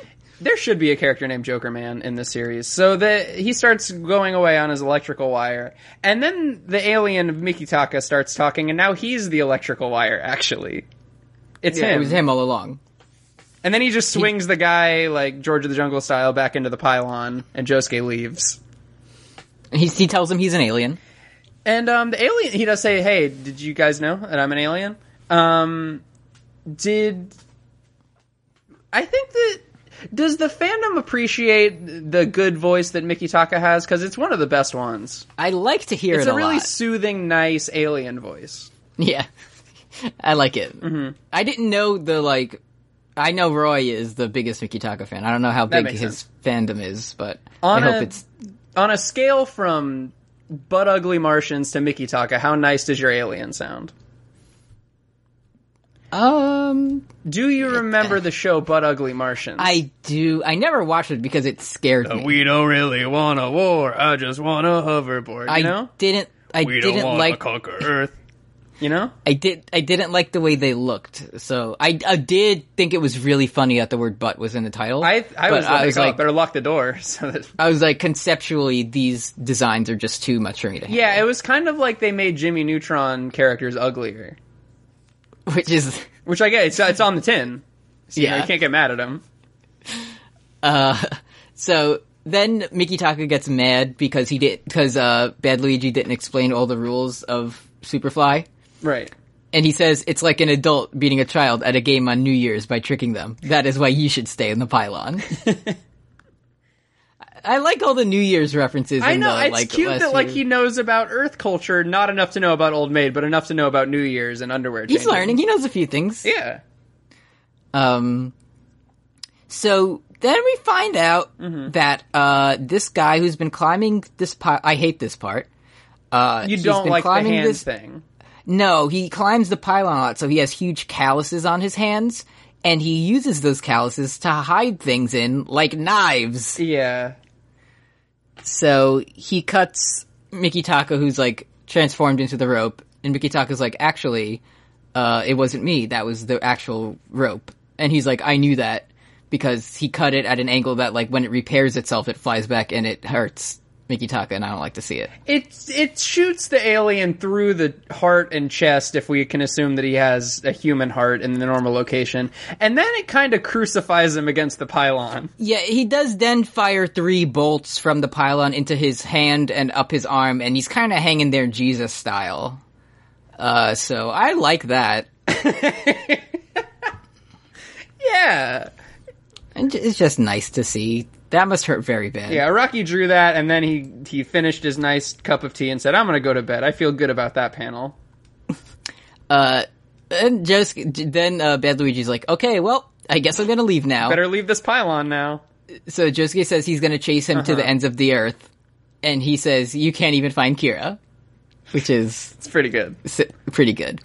Speaker 2: there should be a character named Joker Man in this series. So that he starts going away on his electrical wire, and then the alien of Miki Taka starts talking, and now he's the electrical wire. Actually, it's
Speaker 1: It
Speaker 2: him.
Speaker 1: was him all along.
Speaker 2: And then he just swings the guy like George of the Jungle style back into the pylon, and Josuke leaves.
Speaker 1: He he tells him he's an alien.
Speaker 2: And um, the alien, he does say, "Hey, did you guys know that I'm an alien?" Um, did I think that does the fandom appreciate the good voice that Miki Taka has? Because it's one of the best ones.
Speaker 1: I like to hear
Speaker 2: It's
Speaker 1: it
Speaker 2: a,
Speaker 1: a
Speaker 2: really
Speaker 1: lot.
Speaker 2: soothing, nice alien voice.
Speaker 1: Yeah, I like it. Mm-hmm. I didn't know the like. I know Roy is the biggest Mickey Taka fan. I don't know how big
Speaker 2: makes
Speaker 1: his fandom is, but
Speaker 2: On
Speaker 1: I hope
Speaker 2: a-
Speaker 1: it's
Speaker 2: On a scale from butt ugly Martians to Miki Taka, how nice does your alien sound?
Speaker 1: um.
Speaker 2: Do you remember the show Butt Ugly Martians?
Speaker 1: I do. I never watched it because it scared me.
Speaker 2: Uh, we don't really want a war. I just want a hoverboard. You
Speaker 1: I
Speaker 2: know.
Speaker 1: didn't. I didn't like.
Speaker 2: conquer Earth. You know?
Speaker 1: I did. I didn't like the way they looked. So I, I did think it was really funny that the word "butt" was in the title.
Speaker 2: I
Speaker 1: but
Speaker 2: I was, like, oh,
Speaker 1: like,
Speaker 2: better lock the door. So that
Speaker 1: I was like, conceptually, these designs are just too much for me to. handle.
Speaker 2: yeah, it was kind of like they made Jimmy Neutron characters uglier,
Speaker 1: which is.
Speaker 2: which I get. It's it's on the tin. So, you, know,
Speaker 1: Yeah.
Speaker 2: you can't get mad at him.
Speaker 1: Uh, so then Mickey Taka gets mad because he did because uh, Bad Luigi didn't explain all the rules of Superfly,
Speaker 2: Right.
Speaker 1: And he says it's like an adult beating a child at a game on New Year's by tricking them. That is why you should stay in the pylon. I like all the New Year's references.
Speaker 2: I
Speaker 1: in
Speaker 2: know
Speaker 1: the,
Speaker 2: it's
Speaker 1: like,
Speaker 2: cute
Speaker 1: last
Speaker 2: that like
Speaker 1: few-
Speaker 2: he knows about Earth culture, not enough to know about Old Maid, but enough to know about New Year's and underwear.
Speaker 1: he's
Speaker 2: changing.
Speaker 1: learning. He knows a few things.
Speaker 2: Yeah,
Speaker 1: Um, so then we find out
Speaker 2: Mm-hmm.
Speaker 1: that uh, this guy who's been climbing this pi- I hate this part. Uh,
Speaker 2: you
Speaker 1: he's
Speaker 2: don't
Speaker 1: been
Speaker 2: like the
Speaker 1: climbing
Speaker 2: hand
Speaker 1: this-
Speaker 2: thing.
Speaker 1: No, he climbs the pylon a lot, so he has huge calluses on his hands, and he uses those calluses to hide things in, like knives.
Speaker 2: Yeah,
Speaker 1: So he cuts Miki Taka, who's like transformed into the rope, and Miki Taka's like, actually, uh, it wasn't me, that was the actual rope. And he's like, I knew that, because he cut it at an angle that, like, when it repairs itself, it flies back and it hurts Miki Taka, and I don't like to see it.
Speaker 2: it it shoots the alien through the heart and chest if we can assume that he has a human heart in the normal location, and then it kind of crucifies him against the pylon.
Speaker 1: Yeah, he does then fire three bolts from the pylon into his hand and up his arm, and he's kind of hanging there Jesus style. Uh, so I like that.
Speaker 2: Yeah,
Speaker 1: And ju- it's just nice to see. That must hurt very bad.
Speaker 2: yeah. Rocky drew that, and then he he finished his nice cup of tea and said, "I'm gonna go to bed. I feel good about that panel."
Speaker 1: And just then, uh, Bad Luigi's like, "Okay, well, I guess I'm gonna leave now."
Speaker 2: Better leave this pylon now.
Speaker 1: So Josuke says he's gonna chase him to the
Speaker 2: Uh-huh.
Speaker 1: ends of the earth, and he says, "You can't even find Kira," which is
Speaker 2: It's pretty good.
Speaker 1: s- pretty good.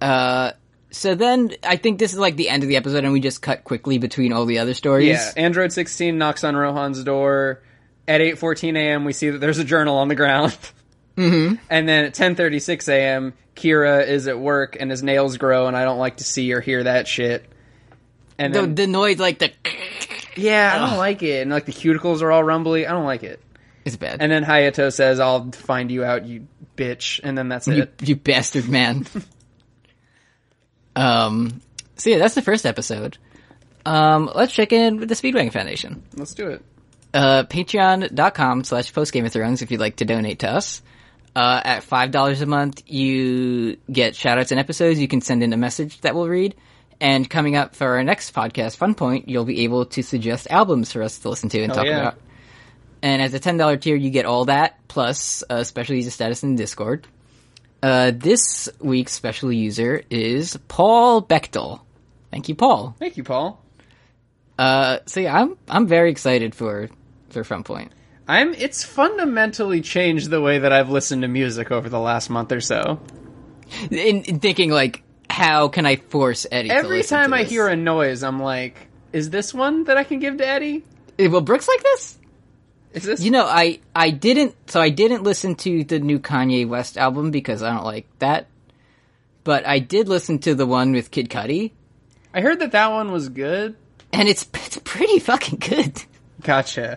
Speaker 1: Uh, so then I think this is like the end of the episode, and we just cut quickly between all the other stories.
Speaker 2: Yeah, Android 16 knocks on Rohan's door. At 8:14 a.m., we see that there's a journal on the ground. Mm-hmm. And then at 10:36 a.m., Kira is at work and his nails grow, and I don't like to see or hear that shit. And
Speaker 1: The,
Speaker 2: then,
Speaker 1: the noise, like the,
Speaker 2: yeah, I don't like it. And like the cuticles are all rumbly. I don't like it.
Speaker 1: is bad.
Speaker 2: And then Hayato says, "I'll find you out, you bitch." And then that's
Speaker 1: you,
Speaker 2: it.
Speaker 1: you bastard man. um. So yeah, that's the first episode. Um, let's check in with the Speedwagon Foundation.
Speaker 2: Let's do it.
Speaker 1: Uh, patreon.com slash postgame of thrones if you'd like to donate to us. Uh, at $5 a month, you get shoutouts and episodes. You can send in a message that we'll read. And coming up for our next podcast, Fun Point, you'll be able to suggest albums for us to listen to and talk
Speaker 2: yeah.
Speaker 1: about. And as a $10 tier, you get all that, plus a special user status in Discord. Uh, this week's special user is Paul Bechtel. Thank you, Paul.
Speaker 2: Thank you, Paul.
Speaker 1: Uh, so yeah, I'm, I'm very excited for, for Fun Point.
Speaker 2: I'm. It's fundamentally changed the way that I've listened to music over the last month or so.
Speaker 1: in, in thinking like how can i force eddie to
Speaker 2: Every
Speaker 1: listen
Speaker 2: time
Speaker 1: to
Speaker 2: I
Speaker 1: this?
Speaker 2: hear a noise, I'm like, is this one that I can give to Eddie?
Speaker 1: Eh, well brooks like this
Speaker 2: Is this
Speaker 1: you know i i didn't so i didn't listen to the new kanye west album because i don't like that but i did listen to the one with kid cudi
Speaker 2: I heard that that one was good.
Speaker 1: and it's it's pretty fucking good
Speaker 2: Gotcha.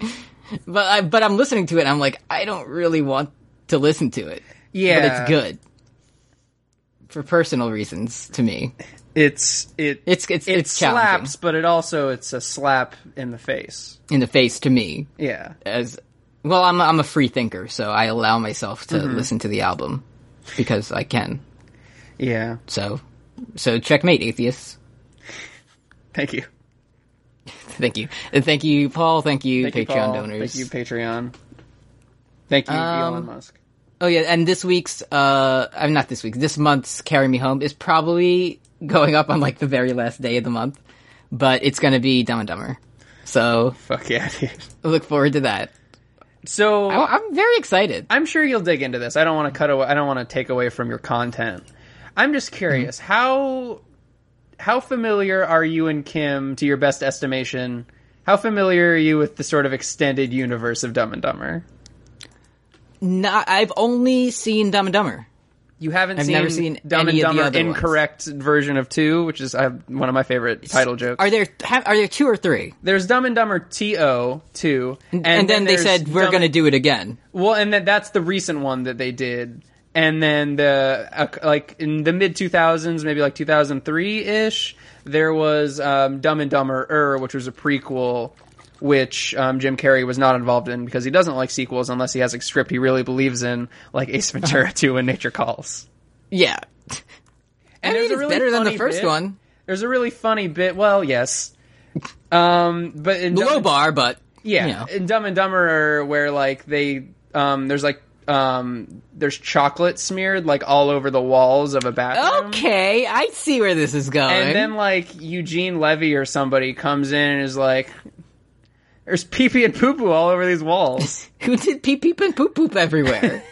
Speaker 1: but i but i'm listening to it and i'm like i don't really want to listen to it but
Speaker 2: Yeah.
Speaker 1: it's good for personal reasons to me
Speaker 2: It's it
Speaker 1: it's it's
Speaker 2: it
Speaker 1: it's challenging
Speaker 2: slaps, but it also it's a slap in the face.
Speaker 1: in the face to me
Speaker 2: Yeah.
Speaker 1: as well I'm I'm a free thinker so I allow myself to
Speaker 2: Mm-hmm.
Speaker 1: listen to the album because I can.
Speaker 2: Yeah.
Speaker 1: So so checkmate atheists.
Speaker 2: Thank you.
Speaker 1: Thank you. And thank you Paul, thank you
Speaker 2: Thank you,
Speaker 1: Patreon
Speaker 2: Paul.
Speaker 1: donors.
Speaker 2: Thank you, Patreon. Thank you, Elon Musk.
Speaker 1: Oh yeah, and this week's uh I'm not this week. This month's Carry Me Home is probably going up on like the very last day of the month, but it's going to be Dumb and Dumber. So
Speaker 2: Fuck yeah, dude.
Speaker 1: look forward to that.
Speaker 2: So
Speaker 1: I, I'm very excited.
Speaker 2: I'm sure you'll dig into this. I don't want to cut away. I don't want to take away from your content. I'm just curious how how familiar are you and Kim, to your best estimation? How familiar are you with the sort of extended universe of Dumb and Dumber?
Speaker 1: Not, I've only seen Dumb and Dumber.
Speaker 2: You haven't
Speaker 1: I've
Speaker 2: seen,
Speaker 1: never seen
Speaker 2: Dumb and
Speaker 1: any of the
Speaker 2: Dumber
Speaker 1: other ones.
Speaker 2: incorrect version of two, which is I have one of my favorite title jokes.
Speaker 1: Are there ha- are there two or three?
Speaker 2: there's Dumb and Dumber TO two, and,
Speaker 1: and, then, they
Speaker 2: there's
Speaker 1: said we're
Speaker 2: Dumb-
Speaker 1: going to do it again.
Speaker 2: Well, and that that's the recent one that they did, and then the uh, like in the mid two thousands, maybe like two thousand three ish, there was um, Dumb and Dumber Er, which was a prequel, which um, Jim Carrey was not involved in because he doesn't like sequels unless he has a script he really believes in, like Ace Ventura two and Nature Calls.
Speaker 1: Yeah. I mean,
Speaker 2: there's a
Speaker 1: it's
Speaker 2: really
Speaker 1: better than the
Speaker 2: funny
Speaker 1: first
Speaker 2: bit.
Speaker 1: one.
Speaker 2: There's a really funny bit. Well, yes. Um, but in
Speaker 1: Low
Speaker 2: Dumb,
Speaker 1: bar, but
Speaker 2: yeah,
Speaker 1: you know.
Speaker 2: in Dumb and Dumberer, where like they, um, there's like, um, there's chocolate smeared like all over the walls of a bathroom.
Speaker 1: Okay, I see where this is going.
Speaker 2: Um, And then like Eugene Levy or somebody comes in and is like, "There's pee pee and poo poo all over these walls."
Speaker 1: Who did peep peep and poop poop everywhere?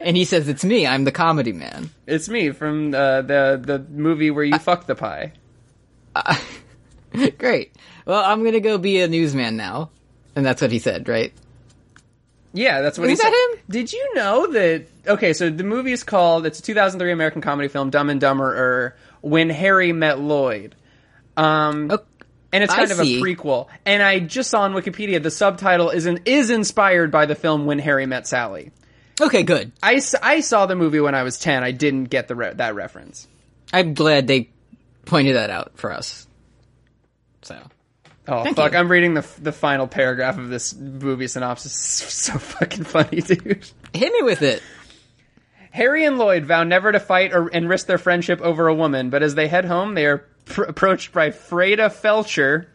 Speaker 1: and he says, "It's me. I'm the comedy man."
Speaker 2: it's me from uh, the the movie where you
Speaker 1: Uh,
Speaker 2: fuck the pie.
Speaker 1: Great. Well, I'm gonna go be a newsman now, and that's what he said, right?
Speaker 2: Yeah, that's what
Speaker 1: Is
Speaker 2: he
Speaker 1: that
Speaker 2: said.
Speaker 1: him?
Speaker 2: Did you know that? Okay, so the movie is called. It's a 2003 American comedy film, Dumb and Dumberer, When Harry Met Lloyd. Um,
Speaker 1: Oh,
Speaker 2: and it's
Speaker 1: I
Speaker 2: kind of a
Speaker 1: see.
Speaker 2: prequel. And I just saw on Wikipedia the subtitle is in, is inspired by the film When Harry Met Sally.
Speaker 1: okay, good.
Speaker 2: I, s- I saw the movie when I was 10. I didn't get the re- that reference.
Speaker 1: I'm glad they pointed that out for us. So
Speaker 2: Oh fuck!
Speaker 1: you.
Speaker 2: I'm reading the f- the final paragraph of this movie synopsis. It's so fucking funny, dude.
Speaker 1: hit me with it.
Speaker 2: Harry and Lloyd vow never to fight or, and risk their friendship over a woman, but as they head home, they are pr- approached by Freda Felcher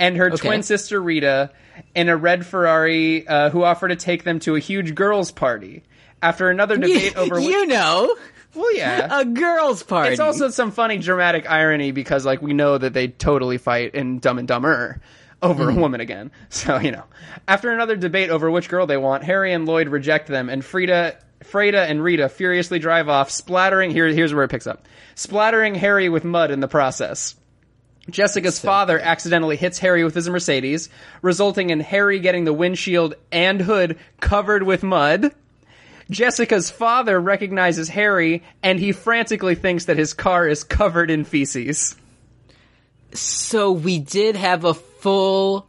Speaker 2: and her twin sister Rita in a red Ferrari, uh, who offer to take them to a huge girls' party. After another debate over, which-
Speaker 1: you know,
Speaker 2: well, yeah,
Speaker 1: a girls' party.
Speaker 2: it's also some funny dramatic irony because, like, we know that they totally fight in Dumb and Dumber over a woman again. So you know, after another debate over which girl they want, Harry and Lloyd reject them, and Frida, Freda, and Rita furiously drive off, splattering. Here, here's where it picks up, splattering Harry with mud in the process. Jessica's father accidentally hits Harry with his Mercedes, resulting in Harry getting the windshield and hood covered with mud. Jessica's father recognizes Harry and he frantically thinks that his car is covered in feces.
Speaker 1: so we did have a full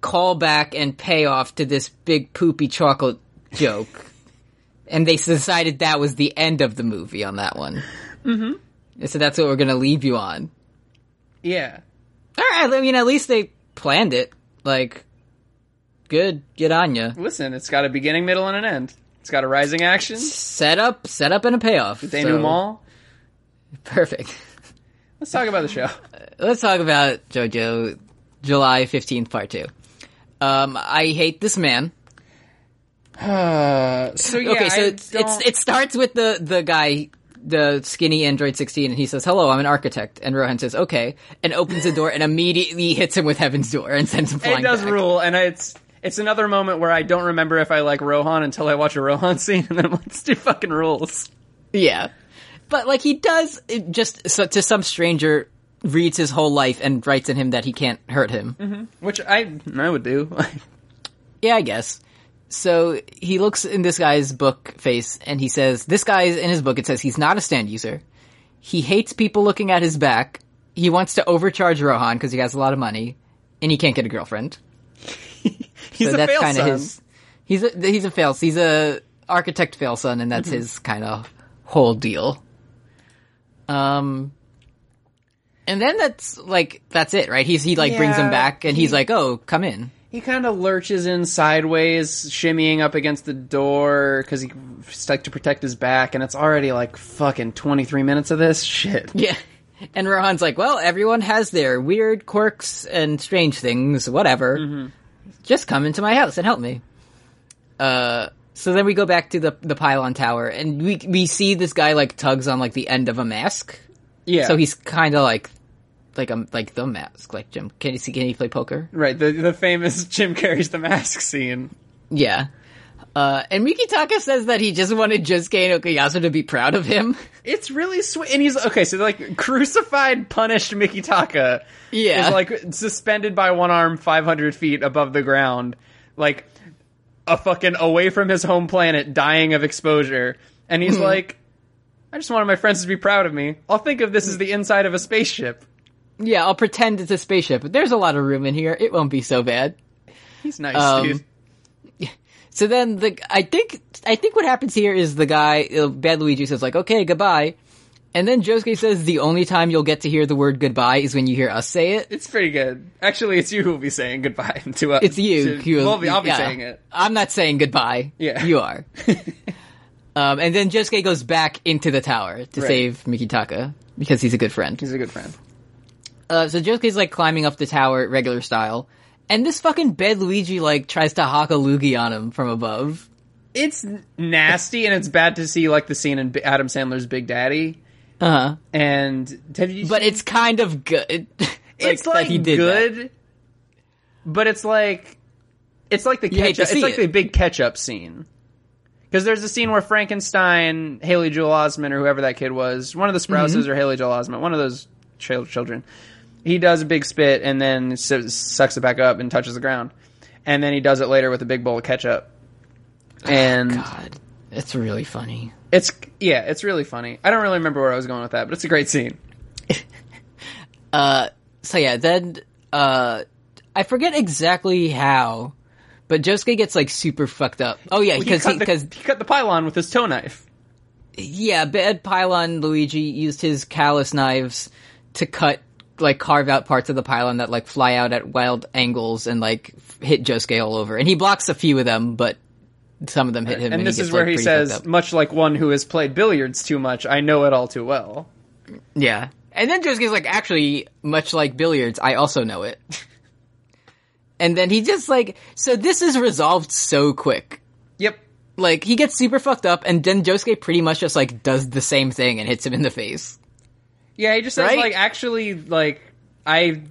Speaker 1: callback and payoff to this big poopy chocolate joke, and they decided that was the end of the movie on that one. Mm-hmm. And so that's what we're gonna leave you on.
Speaker 2: Yeah.
Speaker 1: All right. I mean, at least they planned it. Like, good. Get on ya.
Speaker 2: Listen, it's got a beginning, middle, and an end. It's got a rising action,
Speaker 1: Set up, set up, and a payoff. So,
Speaker 2: denouement.
Speaker 1: perfect.
Speaker 2: Let's talk about the show.
Speaker 1: Let's talk about JoJo, July fifteenth, part two. Um, I hate this man.
Speaker 2: so yeah,
Speaker 1: okay, so
Speaker 2: I
Speaker 1: it's, it's
Speaker 2: don't-
Speaker 1: it starts with the the guy, the skinny android sixteen, and he says, "Hello, I'm an architect." And Rohan says, "Okay," and opens the door and immediately hits him with Heaven's Door and sends him flying.
Speaker 2: it does
Speaker 1: back.
Speaker 2: rule, and it's it's another moment where I don't remember if I like Rohan until I watch a Rohan scene, and then I'm like, this dude fucking rules.
Speaker 1: Yeah. But like he does it just so, to some stranger reads his whole life and writes in him that he can't hurt him.
Speaker 2: Which I I would do.
Speaker 1: Yeah, I guess. So he looks in this guy's book face and he says, this guy's in his book, it says he's not a stand user. He hates people looking at his back. He wants to overcharge Rohan because he has a lot of money and he can't get a girlfriend.
Speaker 2: He's
Speaker 1: so
Speaker 2: a
Speaker 1: that's
Speaker 2: fail
Speaker 1: kind of
Speaker 2: son.
Speaker 1: his. He's a he's a fail. He's a architect fail son, and
Speaker 2: Mm-hmm.
Speaker 1: that's his kind of whole deal. Um, and then that's like that's it, right? He's he like brings him
Speaker 2: Yeah,
Speaker 1: back, and he's like, "Oh, come in."
Speaker 2: He kind of lurches in sideways, shimmying up against the door because he just like to protect his back, and it's already like fucking twenty three minutes of this shit.
Speaker 1: Yeah. And Rohan's like, "Well, everyone has their weird quirks and strange things, whatever. Just come into my house and help me." Uh, so then we go back to the the pylon tower, and we we see this guy like tugs on like the end of a mask.
Speaker 2: Yeah.
Speaker 1: So he's kind of like, like um, like the mask, like Jim. Can you see? Can he play poker?
Speaker 2: right the the famous Jim carries the mask scene.
Speaker 1: Yeah. Uh, and Miki Taka says that he just wanted Josuke and Okuyasu to be proud of him.
Speaker 2: It's really sweet, and he's okay. So like crucified, punished Mikitaka
Speaker 1: Yeah.
Speaker 2: is like suspended by one arm five hundred feet above the ground, like a fucking away from his home planet, dying of exposure, and he's
Speaker 1: Hmm.
Speaker 2: like. I just wanted my friends to be proud of me. I'll think of this as the inside of a spaceship.
Speaker 1: yeah, I'll pretend it's a spaceship. But there's a lot of room in here. It won't be so bad.
Speaker 2: He's nice,
Speaker 1: Um,
Speaker 2: dude.
Speaker 1: So then the I think I think what happens here is the guy uh, Bad Luigi says like, "Okay, goodbye," and then Josuke says the only time you'll get to hear the word goodbye is when you hear us say it.
Speaker 2: It's pretty good. Actually, it's you who will be saying goodbye to us.
Speaker 1: It's you.
Speaker 2: To,
Speaker 1: who-
Speaker 2: well, I'll be- I'll be
Speaker 1: yeah.
Speaker 2: saying it.
Speaker 1: I'm not saying goodbye.
Speaker 2: Yeah.
Speaker 1: You are. um, and then Josuke goes back into the tower to
Speaker 2: Right.
Speaker 1: save Mikitaka. because he's a good friend.
Speaker 2: He's a good friend.
Speaker 1: Uh, so Josuke's like climbing up the tower regular style, and this fucking bed Luigi like tries to hawk a loogie on him from above.
Speaker 2: It's n- nasty, and it's bad to see like the scene in B- Adam Sandler's Big Daddy.
Speaker 1: Uh
Speaker 2: Uh-huh.
Speaker 1: huh.
Speaker 2: And have you?
Speaker 1: But it's kind of good.
Speaker 2: it's
Speaker 1: that
Speaker 2: like,
Speaker 1: that.
Speaker 2: good, but it's like it's like the
Speaker 1: You hate
Speaker 2: catch
Speaker 1: to
Speaker 2: up, it's
Speaker 1: see
Speaker 2: like
Speaker 1: it.
Speaker 2: the big catch up scene. Because there's a scene where Frankenstein, Haley Joel Osment, or whoever that kid was, one of the
Speaker 1: Mm-hmm.
Speaker 2: Sprouses or Haley Joel Osment, one of those chil- children, he does a big spit and then su- sucks it back up and touches the ground, and then he does it later with a big bowl of ketchup. And
Speaker 1: Oh, God, it's really funny.
Speaker 2: it's yeah, it's really funny. I don't really remember where I was going with that, but it's a great scene.
Speaker 1: so yeah, then uh I forget exactly how, but Josuke gets like super fucked up. Oh yeah,
Speaker 2: He
Speaker 1: because
Speaker 2: cut
Speaker 1: he
Speaker 2: the-
Speaker 1: because
Speaker 2: he cut the pylon with his toe knife.
Speaker 1: yeah, Bad Pylon Luigi used his callus knives to cut like carve out parts of the pylon that like fly out at wild angles and like f- hit Josuke all over. And he blocks a few of them, but some of them hit him.
Speaker 2: and, this
Speaker 1: he gets,
Speaker 2: is where
Speaker 1: like,
Speaker 2: he
Speaker 1: pretty fucked
Speaker 2: says,
Speaker 1: up.
Speaker 2: much like one who has played billiards too much, I know it all too well.
Speaker 1: Yeah. And then Josuke's like, actually, much like billiards, I also know it. and then he just like, so this is resolved so quick.
Speaker 2: Yep.
Speaker 1: Like, he gets super fucked up, and then Josuke pretty much just like does the same thing and hits him in the face.
Speaker 2: Yeah, he just says
Speaker 1: Right?
Speaker 2: like actually like I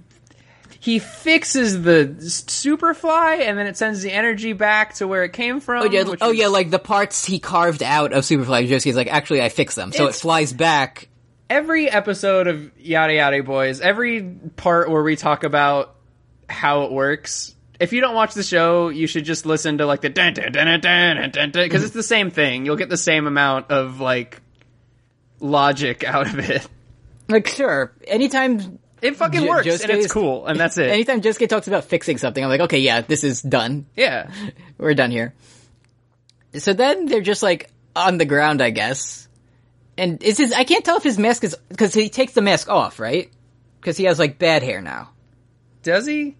Speaker 2: he fixes the s- superfly and then it sends the energy back to where it came from.
Speaker 1: Oh yeah,
Speaker 2: which
Speaker 1: oh
Speaker 2: is-
Speaker 1: yeah, like the parts he carved out of Superfly, Josuke's like, actually, I fixed them. So it
Speaker 2: It's-
Speaker 1: flies back.
Speaker 2: every episode of Yada Yada Boys, every part where we talk about how it works. If you don't watch the show, you should just listen to like the dun dun dun dun dun dun dun because it's the same thing. You'll get the same amount of like logic out of it.
Speaker 1: Like, sure, anytime,
Speaker 2: It fucking
Speaker 1: Ju-
Speaker 2: works
Speaker 1: just
Speaker 2: and it's
Speaker 1: is-
Speaker 2: cool and that's it.
Speaker 1: anytime Josuke talks about fixing something, I'm like, okay, yeah, this is done.
Speaker 2: yeah.
Speaker 1: we're done here. So then they're just like on the ground, I guess. And is his? I can't tell if his mask is because he takes the mask off, right? Because he has like bad hair now.
Speaker 2: Does he?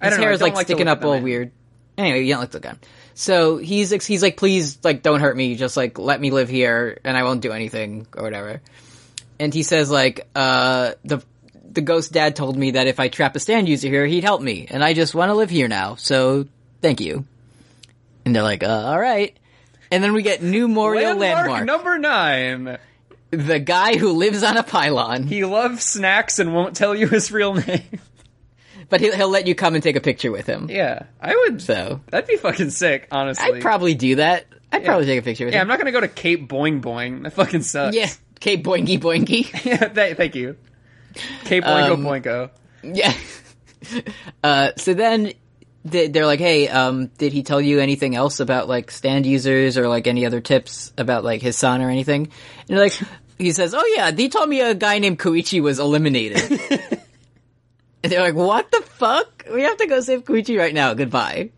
Speaker 2: I
Speaker 1: His
Speaker 2: don't know.
Speaker 1: hair
Speaker 2: I
Speaker 1: is
Speaker 2: don't
Speaker 1: like,
Speaker 2: like to
Speaker 1: sticking
Speaker 2: look at
Speaker 1: up
Speaker 2: them
Speaker 1: all
Speaker 2: in.
Speaker 1: weird. Anyway, you don't look the gun. So he's ex- he's like, please, like, don't hurt me. Just like, let me live here, and I won't do anything or whatever. And he says like, uh, the the ghost dad told me that if I trap a stand user here, he'd help me, and I just want to live here now. So thank you. And they're like, uh, all right. And then we get new Morial
Speaker 2: Landmark,
Speaker 1: landmark.
Speaker 2: number nine.
Speaker 1: the guy who lives on a pylon,
Speaker 2: He loves snacks and won't tell you his real name.
Speaker 1: but he'll, he'll let you come and take a picture with him.
Speaker 2: yeah, I would.
Speaker 1: So
Speaker 2: That'd be fucking sick, honestly.
Speaker 1: I'd probably do that. I'd probably take a picture with
Speaker 2: yeah,
Speaker 1: him.
Speaker 2: I'm not gonna go to Cape Boing Boing. That fucking sucks.
Speaker 1: Yeah, Kate Boinky Boinky.
Speaker 2: yeah th- thank you. Cape Boingo
Speaker 1: Um,
Speaker 2: Boingo.
Speaker 1: yeah. Uh, so then they, they're like, "Hey, um, did he tell you anything else about like stand users or like any other tips about like his son or anything?" And they're like, he says, "Oh yeah, he told me a guy named Koichi was eliminated." and they're like, "What the fuck? We have to go save Koichi right now. Goodbye."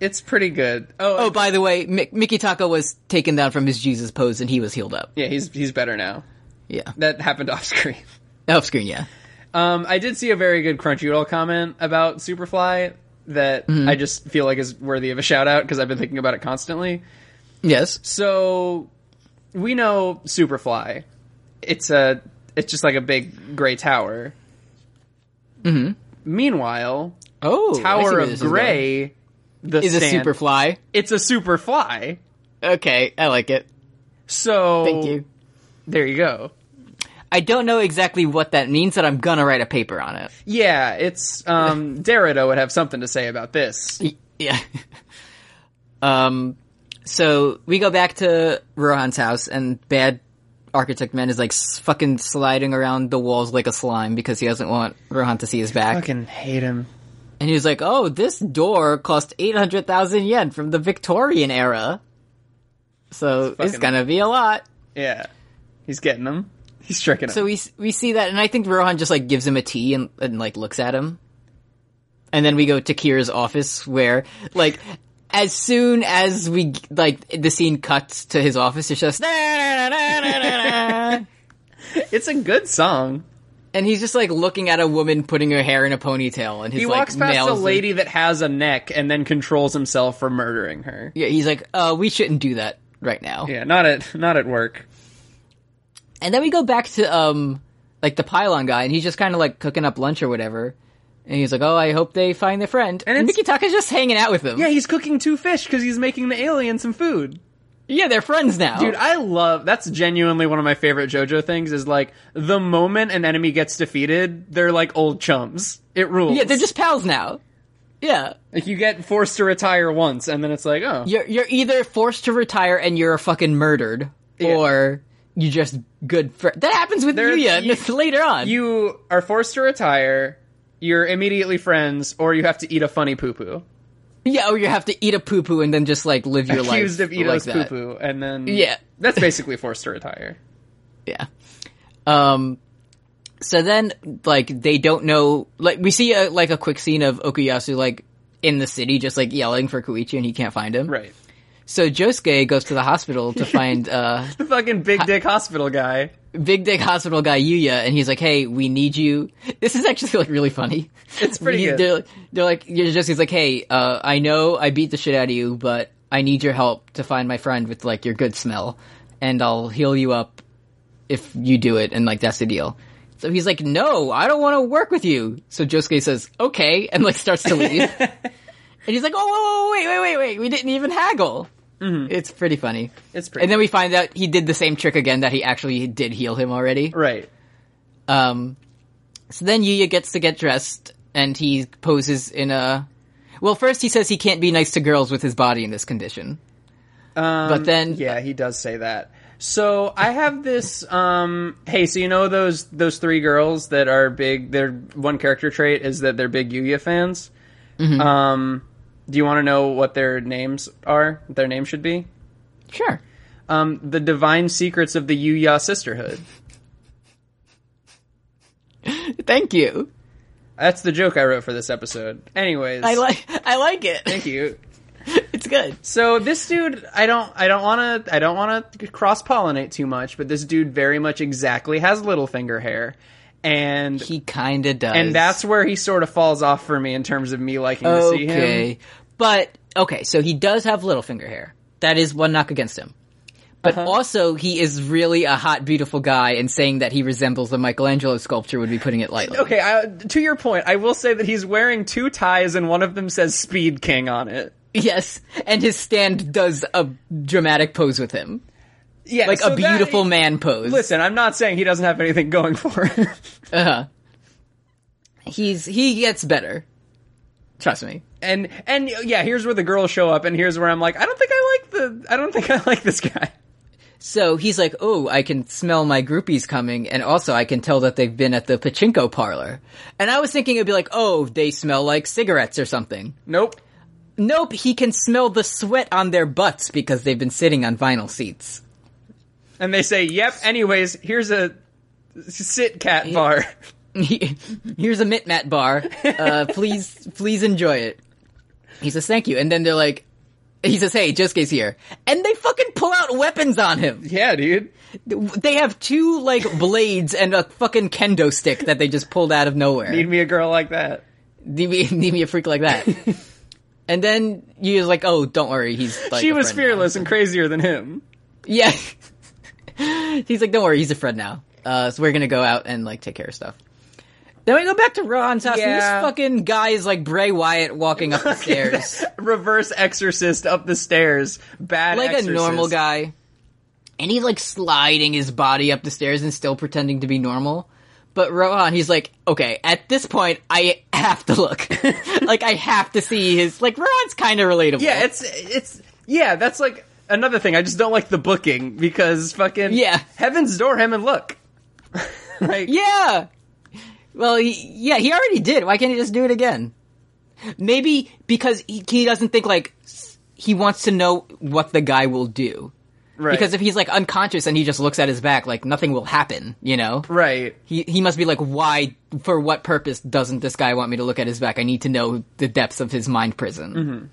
Speaker 2: It's pretty good. Oh,
Speaker 1: Oh, by the way, Mi- Mickey Taka was taken down from his Jesus pose and he was healed up.
Speaker 2: yeah, he's he's better now.
Speaker 1: Yeah,
Speaker 2: That happened off screen.
Speaker 1: off screen. Yeah.
Speaker 2: Um, I did see a very good Crunchyroll comment about Superfly that
Speaker 1: Mm-hmm.
Speaker 2: I just feel like is worthy of a shout out because I've been thinking about it constantly.
Speaker 1: Yes.
Speaker 2: So we know Superfly. It's a it's just like a big gray tower. Mm-hmm. Meanwhile,
Speaker 1: Oh, I see
Speaker 2: Tower
Speaker 1: where
Speaker 2: of
Speaker 1: this is going.
Speaker 2: Gray, the
Speaker 1: is a
Speaker 2: stand-
Speaker 1: superfly.
Speaker 2: It's a Superfly.
Speaker 1: Okay, I like it.
Speaker 2: So
Speaker 1: Thank you.
Speaker 2: There you go.
Speaker 1: I don't know exactly what that means, but I'm gonna write a paper on it.
Speaker 2: Yeah, it's um Derrida would have something to say about this.
Speaker 1: Y- Yeah. um, so we go back to Rohan's house, and bad architect man is like s- fucking sliding around the walls like a slime because he doesn't want Rohan to see his back.
Speaker 2: Fucking hate him.
Speaker 1: And he's like, "Oh, this door cost eight hundred thousand yen from the Victorian era, so it's
Speaker 2: fucking-
Speaker 1: gonna be a lot."
Speaker 2: Yeah. He's getting him. He's tricking him.
Speaker 1: So we s- we see that, and I think Rohan just like gives him a tea and, and like looks at him, and then we go to Kira's office where like as soon as we like the scene cuts to his office, it's just "Na-na-na-na-na-na-na."
Speaker 2: it's a good song.
Speaker 1: and he's just like looking at a woman putting her hair in a ponytail, and his,
Speaker 2: He
Speaker 1: like,
Speaker 2: walks past
Speaker 1: nails
Speaker 2: a
Speaker 1: are-
Speaker 2: lady that has a neck and then controls himself for murdering her.
Speaker 1: yeah, he's like, "Uh, we shouldn't do that right now."
Speaker 2: Yeah, not at not at work.
Speaker 1: And then we go back to um like the pylon guy, and he's just kind of like cooking up lunch or whatever. And he's like, "Oh, I hope they find their friend." And,
Speaker 2: it's-
Speaker 1: Mickey Taka's just hanging out with them.
Speaker 2: Yeah, he's cooking two fish because he's making the alien some food.
Speaker 1: Yeah, they're friends now.
Speaker 2: Dude, I love that's genuinely one of my favorite JoJo things is like the moment an enemy gets defeated, they're like old chums. It rules.
Speaker 1: yeah, they're just pals now. Yeah,
Speaker 2: like you get forced to retire once and then it's like, oh.
Speaker 1: you're you're either forced to retire and you're fucking murdered, or you just good. Fr- that happens with
Speaker 2: They're-
Speaker 1: Yuya
Speaker 2: you-
Speaker 1: later on.
Speaker 2: You are forced to retire, you're immediately friends, or you have to eat a funny poo poo.
Speaker 1: yeah, or you have to eat a poo poo and then just like live your life
Speaker 2: Accused of
Speaker 1: like
Speaker 2: Ito's
Speaker 1: that.
Speaker 2: poo poo, and then
Speaker 1: Yeah.
Speaker 2: That's basically forced to retire.
Speaker 1: Yeah. Um, so then, like, they don't know, like, we see a, like a quick scene of Okuyasu, like, in the city, just like yelling for Koichi and he can't find him.
Speaker 2: Right.
Speaker 1: So Josuke goes to the hospital to find, uh,
Speaker 2: The fucking big dick hospital guy.
Speaker 1: big dick hospital guy Yuya and he's like, hey, we need you. This is actually, like, really funny.
Speaker 2: It's pretty
Speaker 1: We-
Speaker 2: good.
Speaker 1: They're, they're like, you're just, he's like, hey, uh, I know I beat the shit out of you, but I need your help to find my friend with like your good smell, and I'll heal you up if you do it, and like that's the deal. So he's like, no, I don't want to work with you. So Josuke says, okay, and like starts to leave. and he's like, oh, whoa, whoa, wait, wait, wait, wait, we didn't even haggle. It's pretty funny.
Speaker 2: Mm-hmm. It's pretty
Speaker 1: And then we find out he did the same trick again that he actually did heal him already.
Speaker 2: Right.
Speaker 1: Um, so then Yuya gets to get dressed, and he poses in a. Well, first he says he can't be nice to girls with his body in this condition.
Speaker 2: Um,
Speaker 1: But then-
Speaker 2: yeah, he does say that. So I have this. Um, hey, so you know those those three girls that are big. Their one character trait is that they're big Yuya fans.
Speaker 1: Mm-hmm.
Speaker 2: Um, do you want to know what their names are? Their name should be
Speaker 1: Sure.
Speaker 2: um, the Divine Secrets of the Yuya Sisterhood.
Speaker 1: Thank you.
Speaker 2: That's the joke I wrote for this episode. Anyways,
Speaker 1: I like. I like it.
Speaker 2: Thank you.
Speaker 1: It's good.
Speaker 2: So this dude, I don't, I don't want to, I don't want to cross pollinate too much, but this dude very much exactly has Littlefinger hair, and
Speaker 1: He kind of does.
Speaker 2: and that's where he sort of falls off for me in terms of me liking to see him.
Speaker 1: okay. But okay, so he does have Littlefinger hair. That is one knock against him. But
Speaker 2: Uh-huh.
Speaker 1: also, he is really a hot, beautiful guy, and saying that he resembles a Michelangelo sculpture would be putting it lightly.
Speaker 2: Okay, I, to your point, I will say that he's wearing two ties, and one of them says Speed King on it.
Speaker 1: Yes, and his stand does a dramatic pose with him.
Speaker 2: Yeah,
Speaker 1: like
Speaker 2: so
Speaker 1: a
Speaker 2: that-
Speaker 1: beautiful man pose.
Speaker 2: Listen, I'm not saying he doesn't have anything going for him.
Speaker 1: Uh-huh. He's he gets better. Trust me.
Speaker 2: and and yeah, here's where the girls show up, and here's where I'm like, I don't think I like the, I don't think I like this guy.
Speaker 1: So he's like, "Oh, I can smell my groupies coming, and also I can tell that they've been at the pachinko parlor." And I was thinking it'd be like, "Oh, they smell like cigarettes or something."
Speaker 2: Nope.
Speaker 1: Nope, he can smell the sweat on their butts because they've been sitting on vinyl seats.
Speaker 2: And they say, "Yep." Anyways, here's a sit cat bar.
Speaker 1: here's a mitmat bar. Uh, please, please enjoy it. He says, thank you. And then they're like, he says, hey, Josuke's here. And they fucking pull out weapons on him.
Speaker 2: Yeah, dude.
Speaker 1: They have two, like, blades and a fucking kendo stick that they just pulled out of nowhere.
Speaker 2: Need me a girl like that.
Speaker 1: Need me, need me a freak like that. and then you're like, oh, don't worry, he's like
Speaker 2: she
Speaker 1: a
Speaker 2: was
Speaker 1: friend now."
Speaker 2: fearless and crazier than him.
Speaker 1: Yeah. he's like, don't worry, he's a friend now. Uh, so we're gonna go out and like take care of stuff. Then we go back to Ron's house, and
Speaker 2: Yeah.
Speaker 1: this fucking guy is like Bray Wyatt walking up the stairs,
Speaker 2: Reverse exorcist up the stairs. Bad
Speaker 1: like a
Speaker 2: exorcist.
Speaker 1: normal guy, and he's like sliding his body up the stairs and still pretending to be normal. But Rohan, he's like, okay, at this point, I have to look, like I have to see his, like Rohan's kind of relatable.
Speaker 2: Yeah, it's it's yeah. That's like another thing. I just don't like the booking because fucking
Speaker 1: Yeah.
Speaker 2: Heaven's door him and look. like
Speaker 1: Yeah. Well, he, yeah, he already did. Why can't he just do it again? Maybe because he, he doesn't think like s- he wants to know what the guy will do.
Speaker 2: right.
Speaker 1: Because if he's like unconscious and he just looks at his back, like nothing will happen. You know,
Speaker 2: right.
Speaker 1: he he must be like, why? For what purpose doesn't this guy want me to look at his back? I need to know the depths of his mind prison.
Speaker 2: Mm-hmm.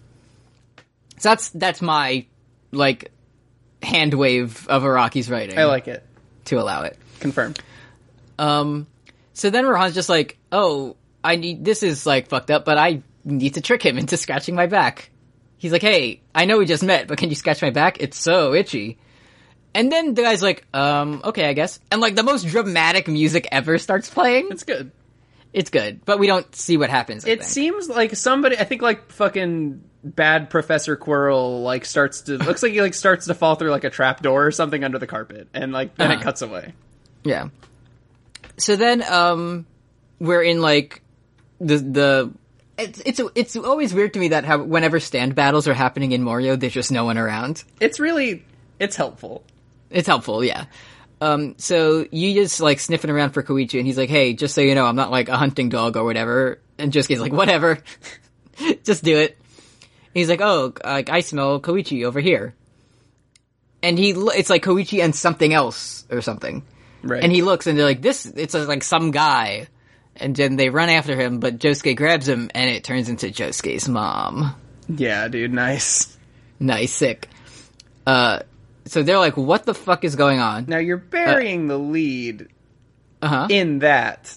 Speaker 1: So that's that's my like hand wave of Araki's writing
Speaker 2: I like it.
Speaker 1: to allow it.
Speaker 2: Confirmed.
Speaker 1: Um, so then Rohan's just like, oh, I need, this is like fucked up, but I need to trick him into scratching my back. He's like, hey, I know we just met, but can you scratch my back? It's so itchy. And then the guy's like, um, okay, I guess. And like the most dramatic music ever starts playing.
Speaker 2: It's good.
Speaker 1: It's good, but we don't see what happens. I
Speaker 2: It
Speaker 1: think.
Speaker 2: seems like somebody. I think like fucking bad Professor Quirrell like starts to looks like he like starts to fall through like a trap door or something under the carpet, and like then it
Speaker 1: Uh-huh.
Speaker 2: cuts away.
Speaker 1: Yeah. So then, um, we're in like the the. It's it's it's always weird to me that how whenever stand battles are happening in Mario, there's just no one around.
Speaker 2: It's really it's helpful.
Speaker 1: It's helpful, yeah. Um, so you just like sniffing around for Koichi, and he's like, "Hey, just so you know, I'm not like a hunting dog or whatever." And Josuke's like, "Whatever, just do it." And he's like, "Oh, like I smell Koichi over here," and he lo- it's like Koichi and something else or something.
Speaker 2: Right.
Speaker 1: And he looks and they're like, this, it's uh, like some guy. And then they run after him, but Josuke grabs him and it turns into Josuke's mom.
Speaker 2: yeah, dude, nice.
Speaker 1: Nice, sick. Uh, so they're like, what the fuck is going on?
Speaker 2: Now you're burying the lead
Speaker 1: Uh huh.
Speaker 2: in that.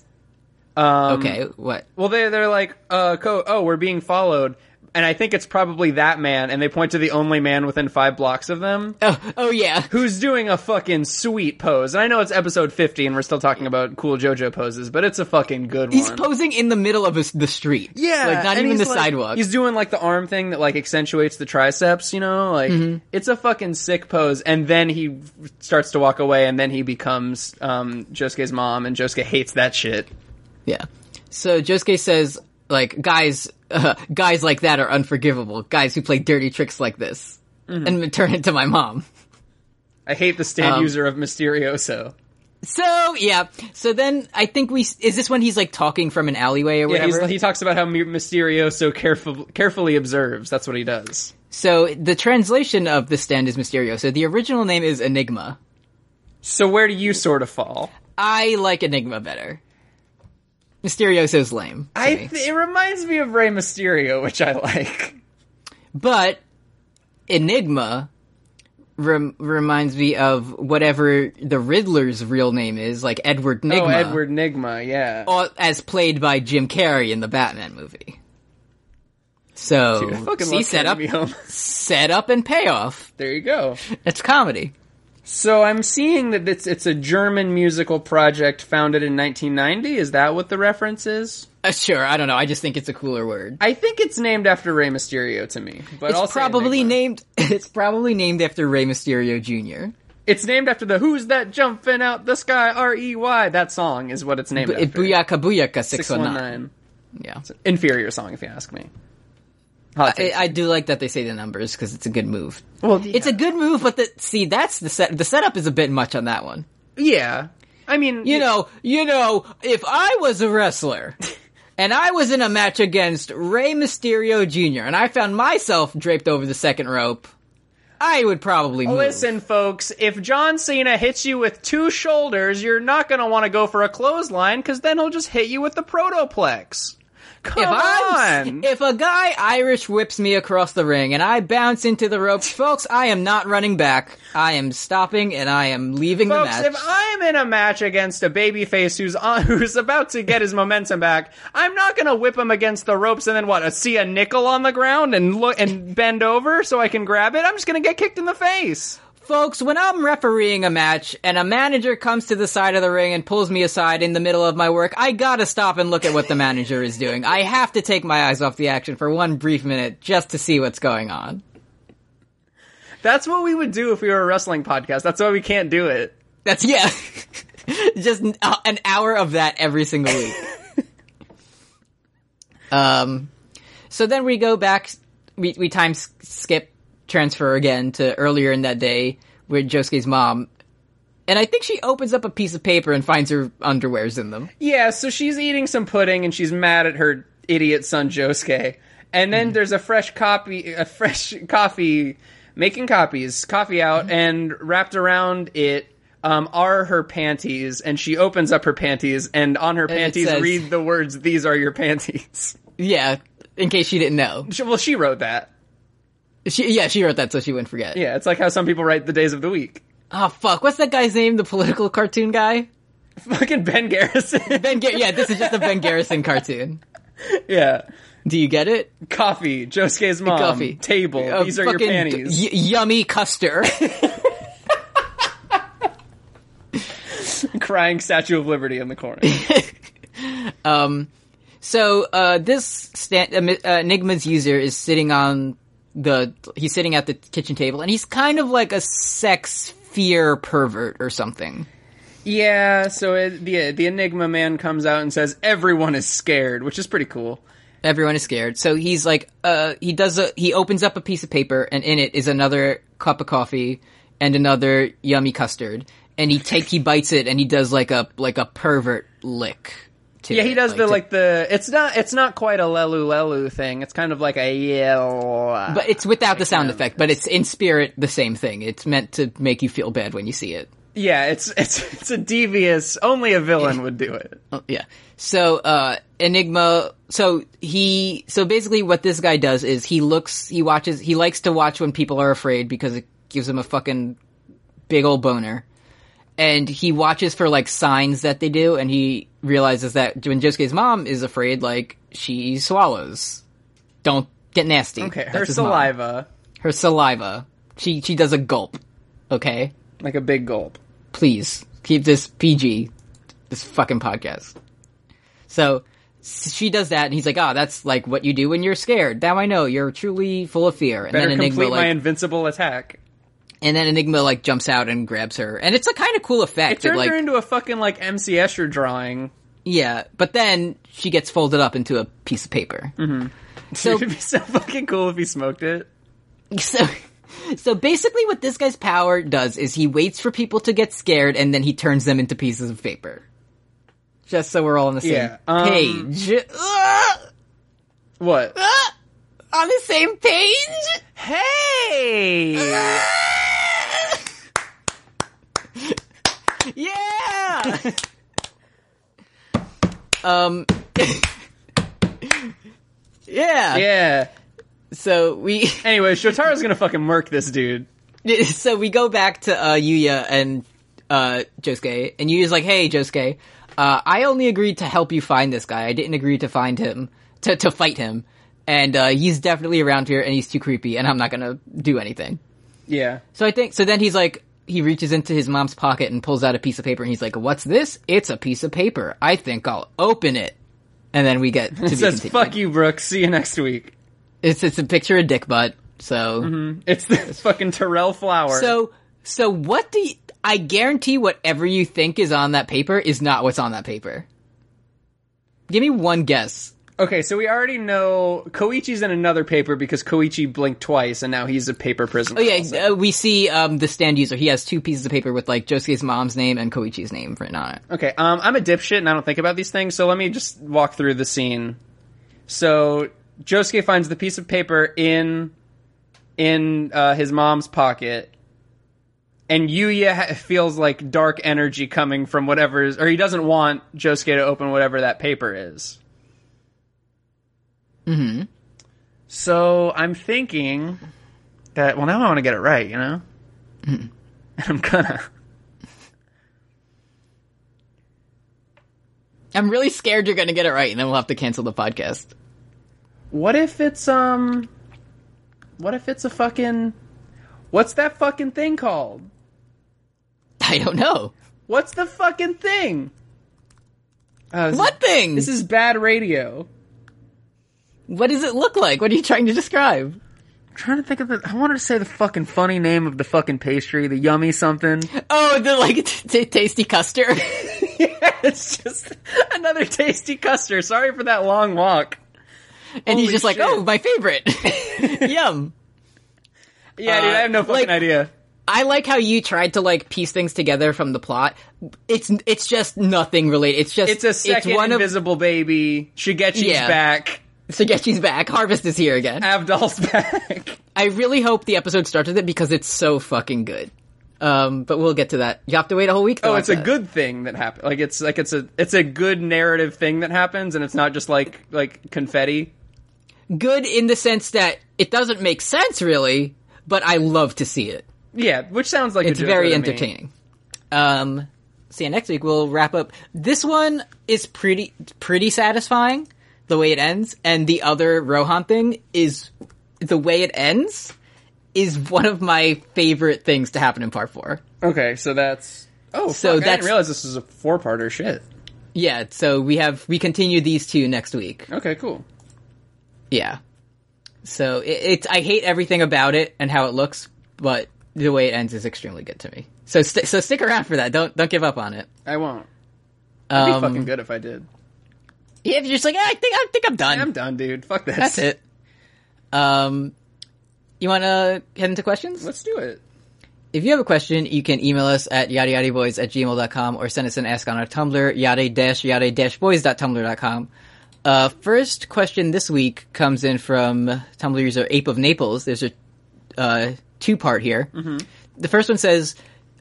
Speaker 2: Um,
Speaker 1: Okay, what?
Speaker 2: Well, they they're like, uh, co- oh, we're being followed, and I think it's probably that man, and they point to the only man within five blocks of them.
Speaker 1: Oh, oh yeah.
Speaker 2: who's doing a fucking sweet pose. And I know it's episode 50 and we're still talking about cool JoJo poses, but it's a fucking good
Speaker 1: He's
Speaker 2: one.
Speaker 1: posing in the middle of his- the street.
Speaker 2: yeah,
Speaker 1: Like, not
Speaker 2: and
Speaker 1: even the
Speaker 2: he's like-
Speaker 1: sidewalk.
Speaker 2: He's doing like the arm thing that like accentuates the triceps, you know? Like it's a fucking sick pose and then he starts to walk away and then he becomes um Josuke's mom and Josuke hates that shit.
Speaker 1: Yeah. So Josuke says, like, guys, uh, guys like that are unforgivable. Guys who play dirty tricks like this.
Speaker 2: Mm-hmm.
Speaker 1: And turn it to my mom.
Speaker 2: I hate the stand user of Mysterioso.
Speaker 1: So yeah, so then I think we is this when he's like talking from an alleyway or
Speaker 2: Yeah, he's,
Speaker 1: whatever.
Speaker 2: he talks about how Mi- Mysterioso careful, carefully observes. That's what he does.
Speaker 1: so the translation of the stand is Mysterio. So the original name is Enigma.
Speaker 2: So where do you sort of fall?
Speaker 1: I like Enigma better. Mysterioso's lame, to
Speaker 2: I
Speaker 1: me.
Speaker 2: th- it reminds me of Rey Mysterio, which I like.
Speaker 1: but Enigma rem- reminds me of whatever the Riddler's real name is, like Edward Nigma,
Speaker 2: Oh, Edward Nigma, yeah.
Speaker 1: or- as played by Jim Carrey in the Batman movie. So
Speaker 2: Dude, I fucking
Speaker 1: see,
Speaker 2: love
Speaker 1: set up,
Speaker 2: Carry Me Home.
Speaker 1: set up, and payoff.
Speaker 2: there you go.
Speaker 1: It's comedy.
Speaker 2: So I'm seeing that it's it's a German musical project founded in 1990. Is that what the reference is?
Speaker 1: Uh, sure, I don't know. I just think it's a cooler word.
Speaker 2: I think it's named after Rey Mysterio to me, but I'll
Speaker 1: It's
Speaker 2: say
Speaker 1: probably
Speaker 2: Enigma.
Speaker 1: named. It's probably named after Rey Mysterio Jr.
Speaker 2: It's named after the Who's That Jumping Out the Sky R E Y. That song is what it's named
Speaker 1: It
Speaker 2: after.
Speaker 1: Booyaka Booyaka six one nine.
Speaker 2: 619.
Speaker 1: Yeah,
Speaker 2: Inferior song, if you ask me. Hot
Speaker 1: I,
Speaker 2: take.
Speaker 1: I do like that they say the numbers because it's a good move.
Speaker 2: well,
Speaker 1: It's a good move, but the see that's the set. The setup is a bit much on that one.
Speaker 2: yeah. I mean,
Speaker 1: You know, you know, if I was a wrestler. And I was in a match against Rey Mysterio Jr. and I found myself draped over the second rope. I would probably move.
Speaker 2: Oh, Listen, folks, if John Cena hits you with two shoulders, you're not going to want to go for a clothesline because then he'll just hit you with the protoplex. Come
Speaker 1: If I'm,
Speaker 2: on.
Speaker 1: if a guy Irish whips me across the ring and I bounce into the ropes, folks, I am not running back. I am stopping and I am leaving
Speaker 2: Folks,
Speaker 1: the match.
Speaker 2: if I'm in a match against a babyface who's on, who's about to get his momentum back, I'm not going to whip him against the ropes and then what? uh, See a nickel on the ground and look and bend over so I can grab it. I'm just going to get kicked in the face.
Speaker 1: folks, when I'm refereeing a match and a manager comes to the side of the ring and pulls me aside in the middle of my work, I gotta stop and look at what the manager is doing. I have to take my eyes off the action for one brief minute just to see what's going on.
Speaker 2: That's what we would do if we were a wrestling podcast. That's why we can't do it.
Speaker 1: That's yeah. Just an uh, an hour of that every single week. um so then we go back we we time s- skip transfer again to earlier in that day with Josuke's mom. And I think she opens up a piece of paper and finds her underwears in them.
Speaker 2: Yeah, so she's eating some pudding and she's mad at her idiot son Josuke. And
Speaker 1: Mm-hmm.
Speaker 2: then there's a fresh copy, a fresh coffee, making copies, coffee out,
Speaker 1: Mm-hmm.
Speaker 2: and wrapped around it um, are her panties. And she opens up her panties, and on her
Speaker 1: it
Speaker 2: panties,
Speaker 1: says-
Speaker 2: read the words, "These are your panties."
Speaker 1: Yeah, in case she didn't know.
Speaker 2: She- well, she wrote that.
Speaker 1: She yeah, she wrote that so she wouldn't forget.
Speaker 2: Yeah, it's like how some people write the days of the week.
Speaker 1: Oh fuck, what's that guy's name? The political cartoon guy?
Speaker 2: Fucking Ben Garrison.
Speaker 1: Ben Ga- yeah, this is just a Ben Garrison cartoon.
Speaker 2: yeah,
Speaker 1: Do you get it?
Speaker 2: coffee. Josuke's mom.
Speaker 1: Coffee. Oh,
Speaker 2: Table.
Speaker 1: a
Speaker 2: These are your
Speaker 1: fucking
Speaker 2: panties.
Speaker 1: y- yummy custard.
Speaker 2: crying Statue of Liberty in the corner.
Speaker 1: So uh, this sta- um, uh, Enigma's user is sitting on the he's sitting at the kitchen table, and he's kind of like a sex fear pervert or something.
Speaker 2: yeah, so it, the the Enigma man comes out and says everyone is scared, which is pretty cool.
Speaker 1: Everyone is scared, so he's like uh, he does a he opens up a piece of paper, and in it is another cup of coffee and another yummy custard, and he take he bites it, and he does like a like a pervert lick. To
Speaker 2: Yeah, he
Speaker 1: it,
Speaker 2: does the
Speaker 1: to-
Speaker 2: like the it's not it's not quite a lelu lelu thing. It's kind of like a yell.
Speaker 1: But it's without the sound effect, but it's in spirit the same thing. It's meant to make you feel bad when you see it.
Speaker 2: yeah, it's it's it's a devious. Only a villain would do it.
Speaker 1: Oh, yeah. So uh Enigma so he so basically what this guy does is he looks he watches he likes to watch when people are afraid because it gives him a fucking big old boner. And he watches for like signs that they do and he realizes that when Josuke's mom is afraid like she swallows. Don't get nasty.
Speaker 2: Okay,
Speaker 1: That's
Speaker 2: her
Speaker 1: his mom.
Speaker 2: saliva,
Speaker 1: Her saliva. She she does a gulp. Okay?
Speaker 2: like a big gulp.
Speaker 1: please keep this PG, this fucking podcast. So s- she does that, and he's like, "Ah, that's like what you do when you're scared." Now I know you're truly full of fear. And
Speaker 2: Better
Speaker 1: then Enigma,
Speaker 2: complete
Speaker 1: like,
Speaker 2: my invincible attack.
Speaker 1: and then Enigma like jumps out and grabs her, and it's a kind of cool effect.
Speaker 2: It turned
Speaker 1: like,
Speaker 2: her into a fucking like MC Escher drawing.
Speaker 1: yeah, but then she gets folded up into a piece of paper. Mm-hmm. So
Speaker 2: It'd be so fucking cool if he smoked it. Mm-hmm.
Speaker 1: so so basically what this guy's power does is he waits for people to get scared and then he turns them into pieces of paper just so we're all on the same
Speaker 2: Yeah, um,
Speaker 1: page Ugh!
Speaker 2: What?
Speaker 1: Ugh! on the same page
Speaker 2: Hey!
Speaker 1: yeah um yeah.
Speaker 2: yeah.
Speaker 1: so we
Speaker 2: Anyway, Shotaro's gonna fucking murk this dude.
Speaker 1: so we go back to uh, Yuya and uh, Josuke, and Yuya's like, "Hey, Josuke, uh, I only agreed to help you find this guy. I didn't agree to find him to to fight him, and uh, he's definitely around here, and he's too creepy, and I'm not gonna do anything."
Speaker 2: Yeah.
Speaker 1: So I think so. Then he's like, he reaches into his mom's pocket and pulls out a piece of paper, and he's like, "What's this? It's a piece of paper. I think I'll open it." And then we get to be
Speaker 2: It says,
Speaker 1: continued.
Speaker 2: fuck you, Brooks. See you next week.
Speaker 1: It's it's a picture of dick butt. So.
Speaker 2: It's this fucking Terrell Flower.
Speaker 1: So, so what do you, I guarantee whatever you think is on that paper is not what's on that paper. Give me one guess.
Speaker 2: okay, so we already know Koichi's in another paper because Koichi blinked twice and now he's a paper prisoner.
Speaker 1: Oh
Speaker 2: also.
Speaker 1: yeah, uh, we see um, the stand user. He has two pieces of paper with like Josuke's mom's name and Koichi's name written on it.
Speaker 2: Okay, um, I'm a dipshit and I don't think about these things, so let me just walk through the scene. So Josuke finds the piece of paper in in uh, his mom's pocket, and Yuya ha- feels like dark energy coming from whatever is, or he doesn't want Josuke to open whatever that paper is. Hmm. So I'm thinking that well now I want to get it right, you know, and I'm gonna.
Speaker 1: I'm really scared you're going to get it right, and then we'll have to cancel the podcast.
Speaker 2: What if it's um what if it's a fucking What's that fucking thing called?
Speaker 1: I don't know
Speaker 2: What's the fucking thing? Uh, this-
Speaker 1: what thing.
Speaker 2: This is bad radio.
Speaker 1: what does it look like? What are you trying to describe?
Speaker 2: I'm trying to think of the I wanted to say the fucking funny name of the fucking pastry, the yummy something.
Speaker 1: Oh, the like t- t- tasty custard.
Speaker 2: it's just another tasty custard. Sorry for that long walk.
Speaker 1: and he's
Speaker 2: Holy
Speaker 1: just like,
Speaker 2: shit.
Speaker 1: "Oh, my favorite." Yum.
Speaker 2: Yeah, dude, I have no
Speaker 1: Uh,
Speaker 2: fucking
Speaker 1: like-
Speaker 2: idea.
Speaker 1: I like how you tried to like piece things together from the plot. It's it's just nothing related. It's just
Speaker 2: It's a second
Speaker 1: one of
Speaker 2: invisible baby. Shigechi's
Speaker 1: Yeah.
Speaker 2: back.
Speaker 1: Sagechi's back. Harvest is here again.
Speaker 2: Avdol's back.
Speaker 1: I really hope the episode starts with it because it's so fucking good. Um, but we'll get to that. You have to wait a whole week. to
Speaker 2: Oh,
Speaker 1: watch
Speaker 2: it's a
Speaker 1: that.
Speaker 2: good thing that happened. Like it's like it's a it's a good narrative thing that happens, and it's not just like like confetti.
Speaker 1: good in the sense that it doesn't make sense really, but I love to see it.
Speaker 2: Yeah, which sounds like
Speaker 1: It's very entertaining. Um, see you next week. We'll wrap up. This one is pretty pretty satisfying the way it ends, and the other Rohan thing is the way it ends is one of my favorite things to happen in part four.
Speaker 2: Okay, so that's Oh,
Speaker 1: So
Speaker 2: so fuck, I
Speaker 1: that's-
Speaker 2: didn't realize this was a four-parter. Shit.
Speaker 1: Yeah, so we have we continue these two next week.
Speaker 2: Okay, cool.
Speaker 1: Yeah. So it, it's I hate everything about it and how it looks, but the way it ends is extremely good to me. So st- so stick around for that. Don't don't give up on it.
Speaker 2: I won't. It'd be
Speaker 1: Um,
Speaker 2: fucking good if I did.
Speaker 1: If you're just like, "Ah, I think I think I'm done.
Speaker 2: I'm done, dude. Fuck this.
Speaker 1: That's it. Um, you want to head into questions?
Speaker 2: Let's do it.
Speaker 1: If you have a question, you can email us at yadayadayboys at gmail.com or send us an ask on our Tumblr, yada-yada-boys.tumblr.com. Uh, first question this week comes in from Tumblr user Ape of Naples. There's a uh, two-part here. The first one says,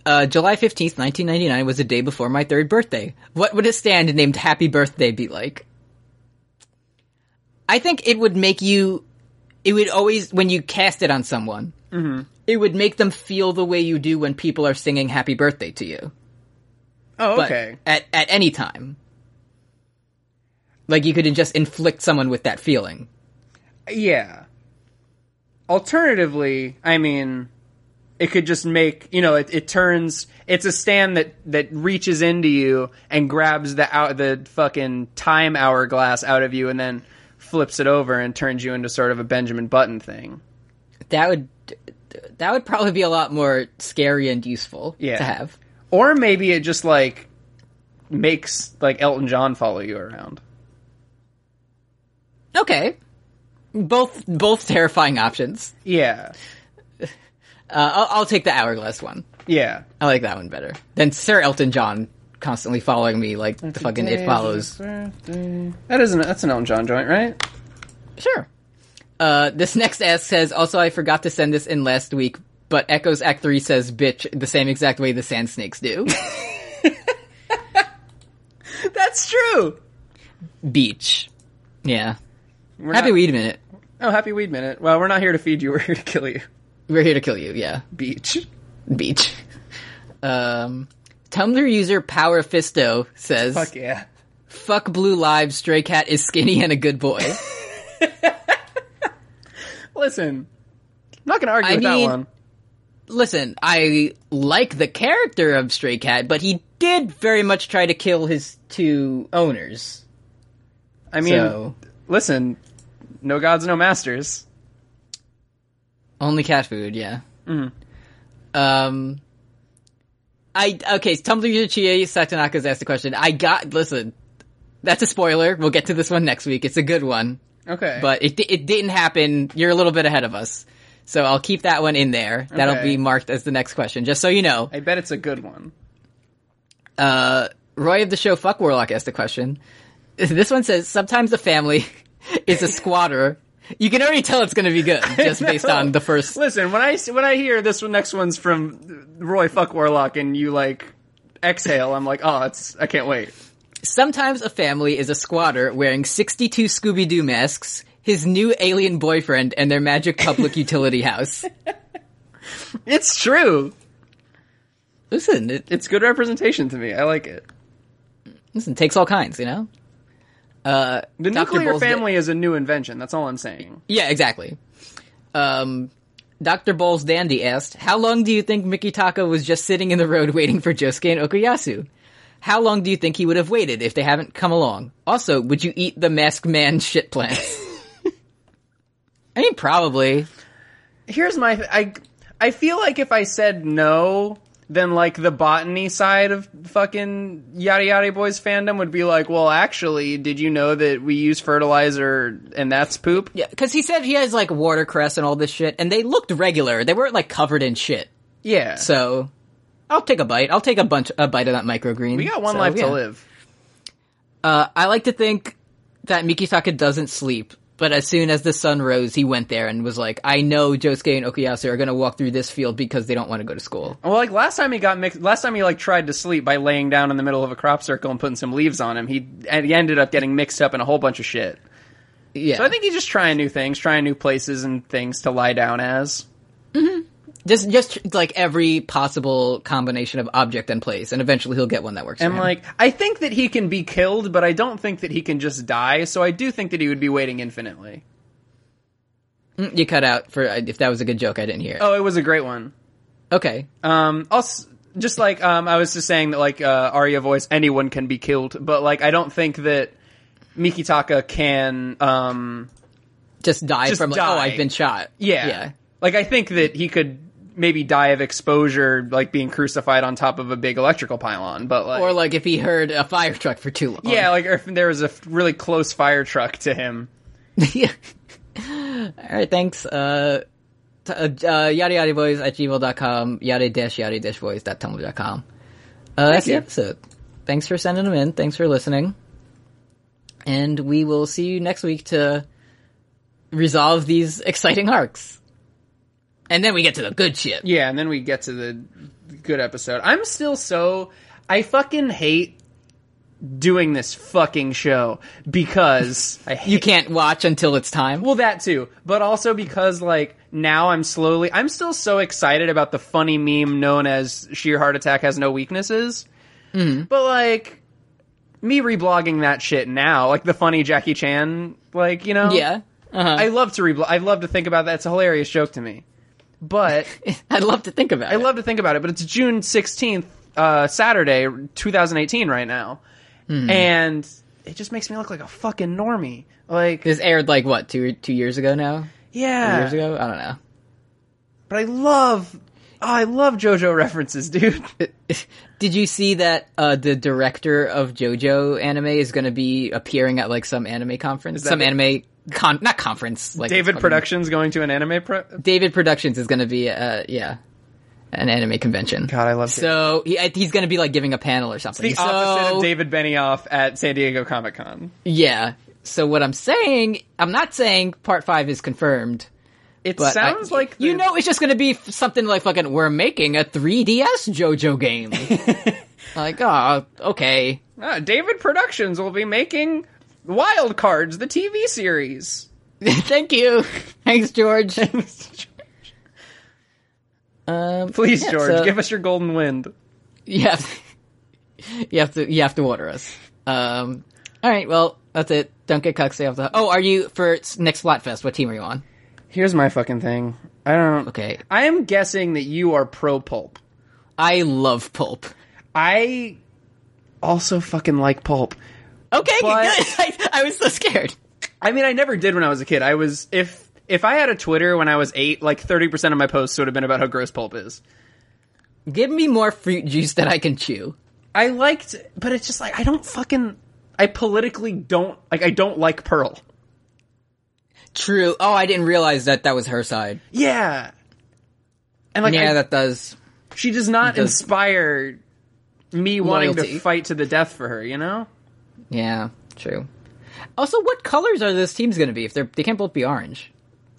Speaker 1: uh, July 15th, 1999 was the day before my third birthday. What would a stand named Happy Birthday be like? I think it would make you, it would always, when you cast it on someone, it would make them feel the way you do when people are singing happy birthday to you.
Speaker 2: Oh,
Speaker 1: But
Speaker 2: okay.
Speaker 1: at, at any time. Like you could just inflict someone with that feeling.
Speaker 2: Yeah. Alternatively, I mean, it could just make you know it, it turns. It's a stand that that reaches into you and grabs the out the fucking time hourglass out of you and then flips it over and turns you into sort of a Benjamin Button thing.
Speaker 1: That would that would probably be a lot more scary and useful
Speaker 2: Yeah.
Speaker 1: to have.
Speaker 2: Or maybe it just like makes like Elton John follow you around.
Speaker 1: Okay. Both both terrifying options.
Speaker 2: Yeah.
Speaker 1: Uh, I'll, I'll take the hourglass one.
Speaker 2: Yeah.
Speaker 1: I like that one better than Sir Elton John constantly following me like the fucking It Follows
Speaker 2: That isn't that's an Elton John joint, right?
Speaker 1: Sure. Uh, this next ask says, also I forgot to send this in last week, but Echoes Act 3 says bitch the same exact way the sand snakes do.
Speaker 2: That's true.
Speaker 1: Beach. Yeah.
Speaker 2: We're
Speaker 1: Happy
Speaker 2: not-
Speaker 1: Weed Minute.
Speaker 2: Oh, happy weed minute. Well, we're not here to feed you. We're here to kill you.
Speaker 1: We're here to kill you, yeah.
Speaker 2: Beach.
Speaker 1: Beach. Um, Tumblr user Power Fisto says,
Speaker 2: Fuck yeah.
Speaker 1: fuck Blue Lives, Stray Cat is skinny and a good boy.
Speaker 2: Listen, I'm not gonna argue
Speaker 1: I
Speaker 2: with
Speaker 1: mean-
Speaker 2: that one.
Speaker 1: Listen, I like the character of Stray Cat, but he did very much try to kill his two owners.
Speaker 2: I mean,
Speaker 1: so-
Speaker 2: listen, no gods, no masters.
Speaker 1: Only cat food, yeah. Um, I okay. Tumblr user Chie Satanaka's asked a question. I got listen. That's a spoiler. We'll get to this one next week. It's a good one,
Speaker 2: Okay,
Speaker 1: but it di- it didn't happen. You're a little bit ahead of us, so I'll keep that one in there. That'll
Speaker 2: Okay.
Speaker 1: be marked as the next question, just so you know.
Speaker 2: I bet it's a good one.
Speaker 1: Uh, Roy of the show Fuck Warlock asked a question. This one says sometimes the family is a squatter. You can already tell it's going to be good just based on the first
Speaker 2: Listen, when I s- when I hear this one, next one's from Roy Fuck Warlock, and you like exhale, I'm like, oh, it's I can't wait.
Speaker 1: Sometimes a family is a squatter wearing 62 Scooby Doo masks, his new alien boyfriend, and their magic public utility house.
Speaker 2: It's true.
Speaker 1: Listen, it,
Speaker 2: It's good representation to me. I like it.
Speaker 1: listen, it takes all kinds, you know? Uh,
Speaker 2: The
Speaker 1: Dr.
Speaker 2: nuclear
Speaker 1: Bowles did-
Speaker 2: family is a new invention. That's all I'm saying.
Speaker 1: yeah, exactly. Um, Dr. Bowles Dandy asked, How long do you think Miki Taka was just sitting in the road waiting for Josuke and Okuyasu? How long do you think he would have waited if they haven't come along? Also, would you eat the masked man shit plants? I mean, probably.
Speaker 2: here's my th- I I feel like if I said no, then like the botany side of fucking yada yada boys fandom would be like, well, actually, did you know that we use fertilizer and that's poop?
Speaker 1: Yeah, because he said he has like watercress and all this shit, and they looked regular. They weren't like covered in shit.
Speaker 2: Yeah.
Speaker 1: So I'll take a bite. I'll take a bunch a bite of that microgreen.
Speaker 2: we got one
Speaker 1: So,
Speaker 2: life
Speaker 1: yeah.
Speaker 2: to live.
Speaker 1: Uh, I like to think that Mikitaka doesn't sleep, but as soon as the sun rose, he went there and was like, "I know Josuke and Okuyasu are going to walk through this field because they don't want to go to school."
Speaker 2: Well, like last time he got mixed. Last time he like tried to sleep by laying down in the middle of a crop circle and putting some leaves on him. He and he ended up getting mixed up in a whole bunch of shit.
Speaker 1: Yeah,
Speaker 2: So I think he's just trying new things, trying new places and things to lie down as.
Speaker 1: just just like every possible combination of object and place, and eventually he'll get one that works. for
Speaker 2: And
Speaker 1: him.
Speaker 2: like, I think that he can be killed, but I don't think that he can just die. So I do think that he would be waiting infinitely.
Speaker 1: Mm, you cut out for if that was a good joke, I didn't hear. it.
Speaker 2: Oh, it was a great one.
Speaker 1: Okay,
Speaker 2: Um, I'll s- just like um, I was just saying that like uh, Arya voice anyone can be killed, but like I don't think that Mikitaka can. Um,
Speaker 1: Just die
Speaker 2: Just
Speaker 1: from like, oh,
Speaker 2: die.
Speaker 1: I've been shot.
Speaker 2: yeah.
Speaker 1: yeah.
Speaker 2: like I think that he could maybe die of exposure, like being crucified on top of a big electrical pylon, but like
Speaker 1: Or like if he heard a fire truck for too long.
Speaker 2: yeah, like or if there was a f- really close fire truck to him.
Speaker 1: Yeah. All right, thanks. Uh, t- uh, uh, yada yada boys at gmail.com, yada dash yada dash boys dot tumblr dot com. Uh, that's
Speaker 2: you.
Speaker 1: the episode. Thanks for sending them in. Thanks for listening. And we will see you next week to resolve these exciting arcs. And then we get to the good shit.
Speaker 2: Yeah, and then we get to the good episode. I'm still so I fucking hate doing this fucking show because I hate
Speaker 1: You can't watch until it's time.
Speaker 2: Well, that too, but also because like now I'm slowly, I'm still so excited about the funny meme known as "Sheer Heart Attack Has No Weaknesses," but like me reblogging that shit now, like the funny Jackie Chan, like you know,
Speaker 1: yeah. Uh-huh.
Speaker 2: I love to reblog. I love to think about that. It's a hilarious joke to me, but
Speaker 1: I'd love to think about
Speaker 2: I
Speaker 1: it.
Speaker 2: love to think about it. But it's June sixteenth, uh, Saturday, 2018, right now, Hmm. and it just makes me look like a fucking normie. Like,
Speaker 1: This aired like what, two two years ago now?
Speaker 2: yeah,
Speaker 1: Years ago? I don't know.
Speaker 2: But I love, oh, I love JoJo references, dude.
Speaker 1: Did you see that uh, the director of JoJo anime is going to be appearing at like some anime conference?
Speaker 2: that
Speaker 1: Some
Speaker 2: the-
Speaker 1: anime con not conference. Like
Speaker 2: David
Speaker 1: fucking-
Speaker 2: Productions going to an anime pro.
Speaker 1: David Productions is going to be uh yeah, an anime convention.
Speaker 2: God, I love David.
Speaker 1: So he, I- he's going to be like giving a panel or something.
Speaker 2: The opposite
Speaker 1: So-
Speaker 2: of David Benioff at San Diego Comic Con.
Speaker 1: Yeah. So what I'm saying, I'm not saying part five is confirmed.
Speaker 2: It
Speaker 1: But I-
Speaker 2: sounds like
Speaker 1: you
Speaker 2: the-
Speaker 1: know it's just going to be f- something like fucking we're making a 3DS JoJo game. like oh okay.
Speaker 2: Ah, David Productions will be making Wild Cards, the TV series.
Speaker 1: Thank you. Thanks, George. Um,
Speaker 2: Please,
Speaker 1: yeah,
Speaker 2: George,
Speaker 1: so-
Speaker 2: give us your golden wind.
Speaker 1: You have, you have to. You have to water us. Um, all right. Well, that's it. Don't get cucked. Stay off the. Oh, are you for s- next Splatfest? What team are you on?
Speaker 2: Here's my fucking thing. I don't.
Speaker 1: Okay.
Speaker 2: I am guessing that you are pro pulp.
Speaker 1: I love pulp.
Speaker 2: I also fucking like pulp.
Speaker 1: Okay.
Speaker 2: But-
Speaker 1: good. I, I was so scared.
Speaker 2: I mean, I never did when I was a kid. I was if if I had a Twitter when I was eight, like thirty percent of my posts would have been about how gross pulp is.
Speaker 1: Give me more fruit juice that I can chew.
Speaker 2: I liked, but it's just like I don't fucking. I politically don't like. I don't like Pearl.
Speaker 1: True. Oh, I didn't realize that that was her side.
Speaker 2: Yeah, and like
Speaker 1: yeah,
Speaker 2: I-
Speaker 1: that does.
Speaker 2: she does not
Speaker 1: does-
Speaker 2: inspire me wanting
Speaker 1: Loyalty.
Speaker 2: to fight to the death for her. You know,
Speaker 1: Yeah. True. Also, what colors are those teams going to be? If they're they can't both be orange.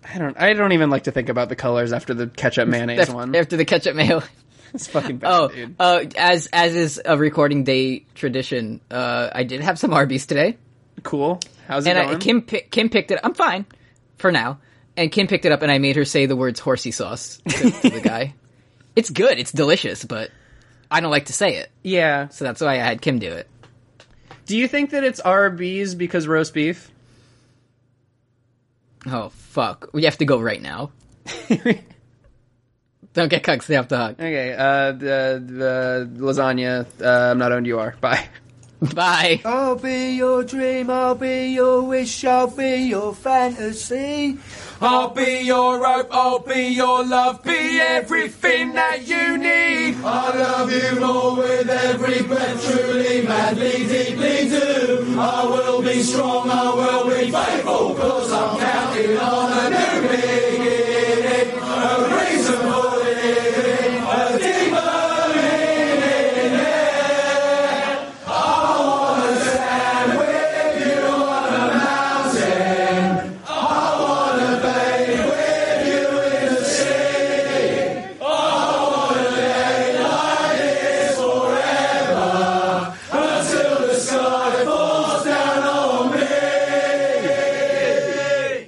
Speaker 2: I don't. I don't even like to think about the colors after the ketchup mayonnaise
Speaker 1: Af-
Speaker 2: one.
Speaker 1: after the ketchup mayo.
Speaker 2: It's fucking bad,
Speaker 1: Oh,
Speaker 2: dude.
Speaker 1: uh, as as is a recording day tradition, uh, I did have some Arby's today,
Speaker 2: Cool. How's it
Speaker 1: and
Speaker 2: going?
Speaker 1: I, Kim pi- Kim picked it. I'm fine for now, and Kim picked it up, and I made her say the words "horsey sauce" to, to the guy. It's good. It's delicious, but I don't like to say it,
Speaker 2: yeah.
Speaker 1: so that's why I had Kim do it.
Speaker 2: Do you think that it's RBs because roast beef?
Speaker 1: Oh fuck! We have to go right now. don't get cucked. Stay off the hook.
Speaker 2: Okay, uh, the, the lasagna. Uh, I'm not owned. You are. Bye.
Speaker 1: Bye.
Speaker 3: I'll be your dream, I'll be your wish, I'll be your fantasy. I'll be your hope, I'll be your love, be everything that you need. I love you more with every breath, truly, madly, deeply do. I will be strong, I will be faithful, cause I'm counting on a new me.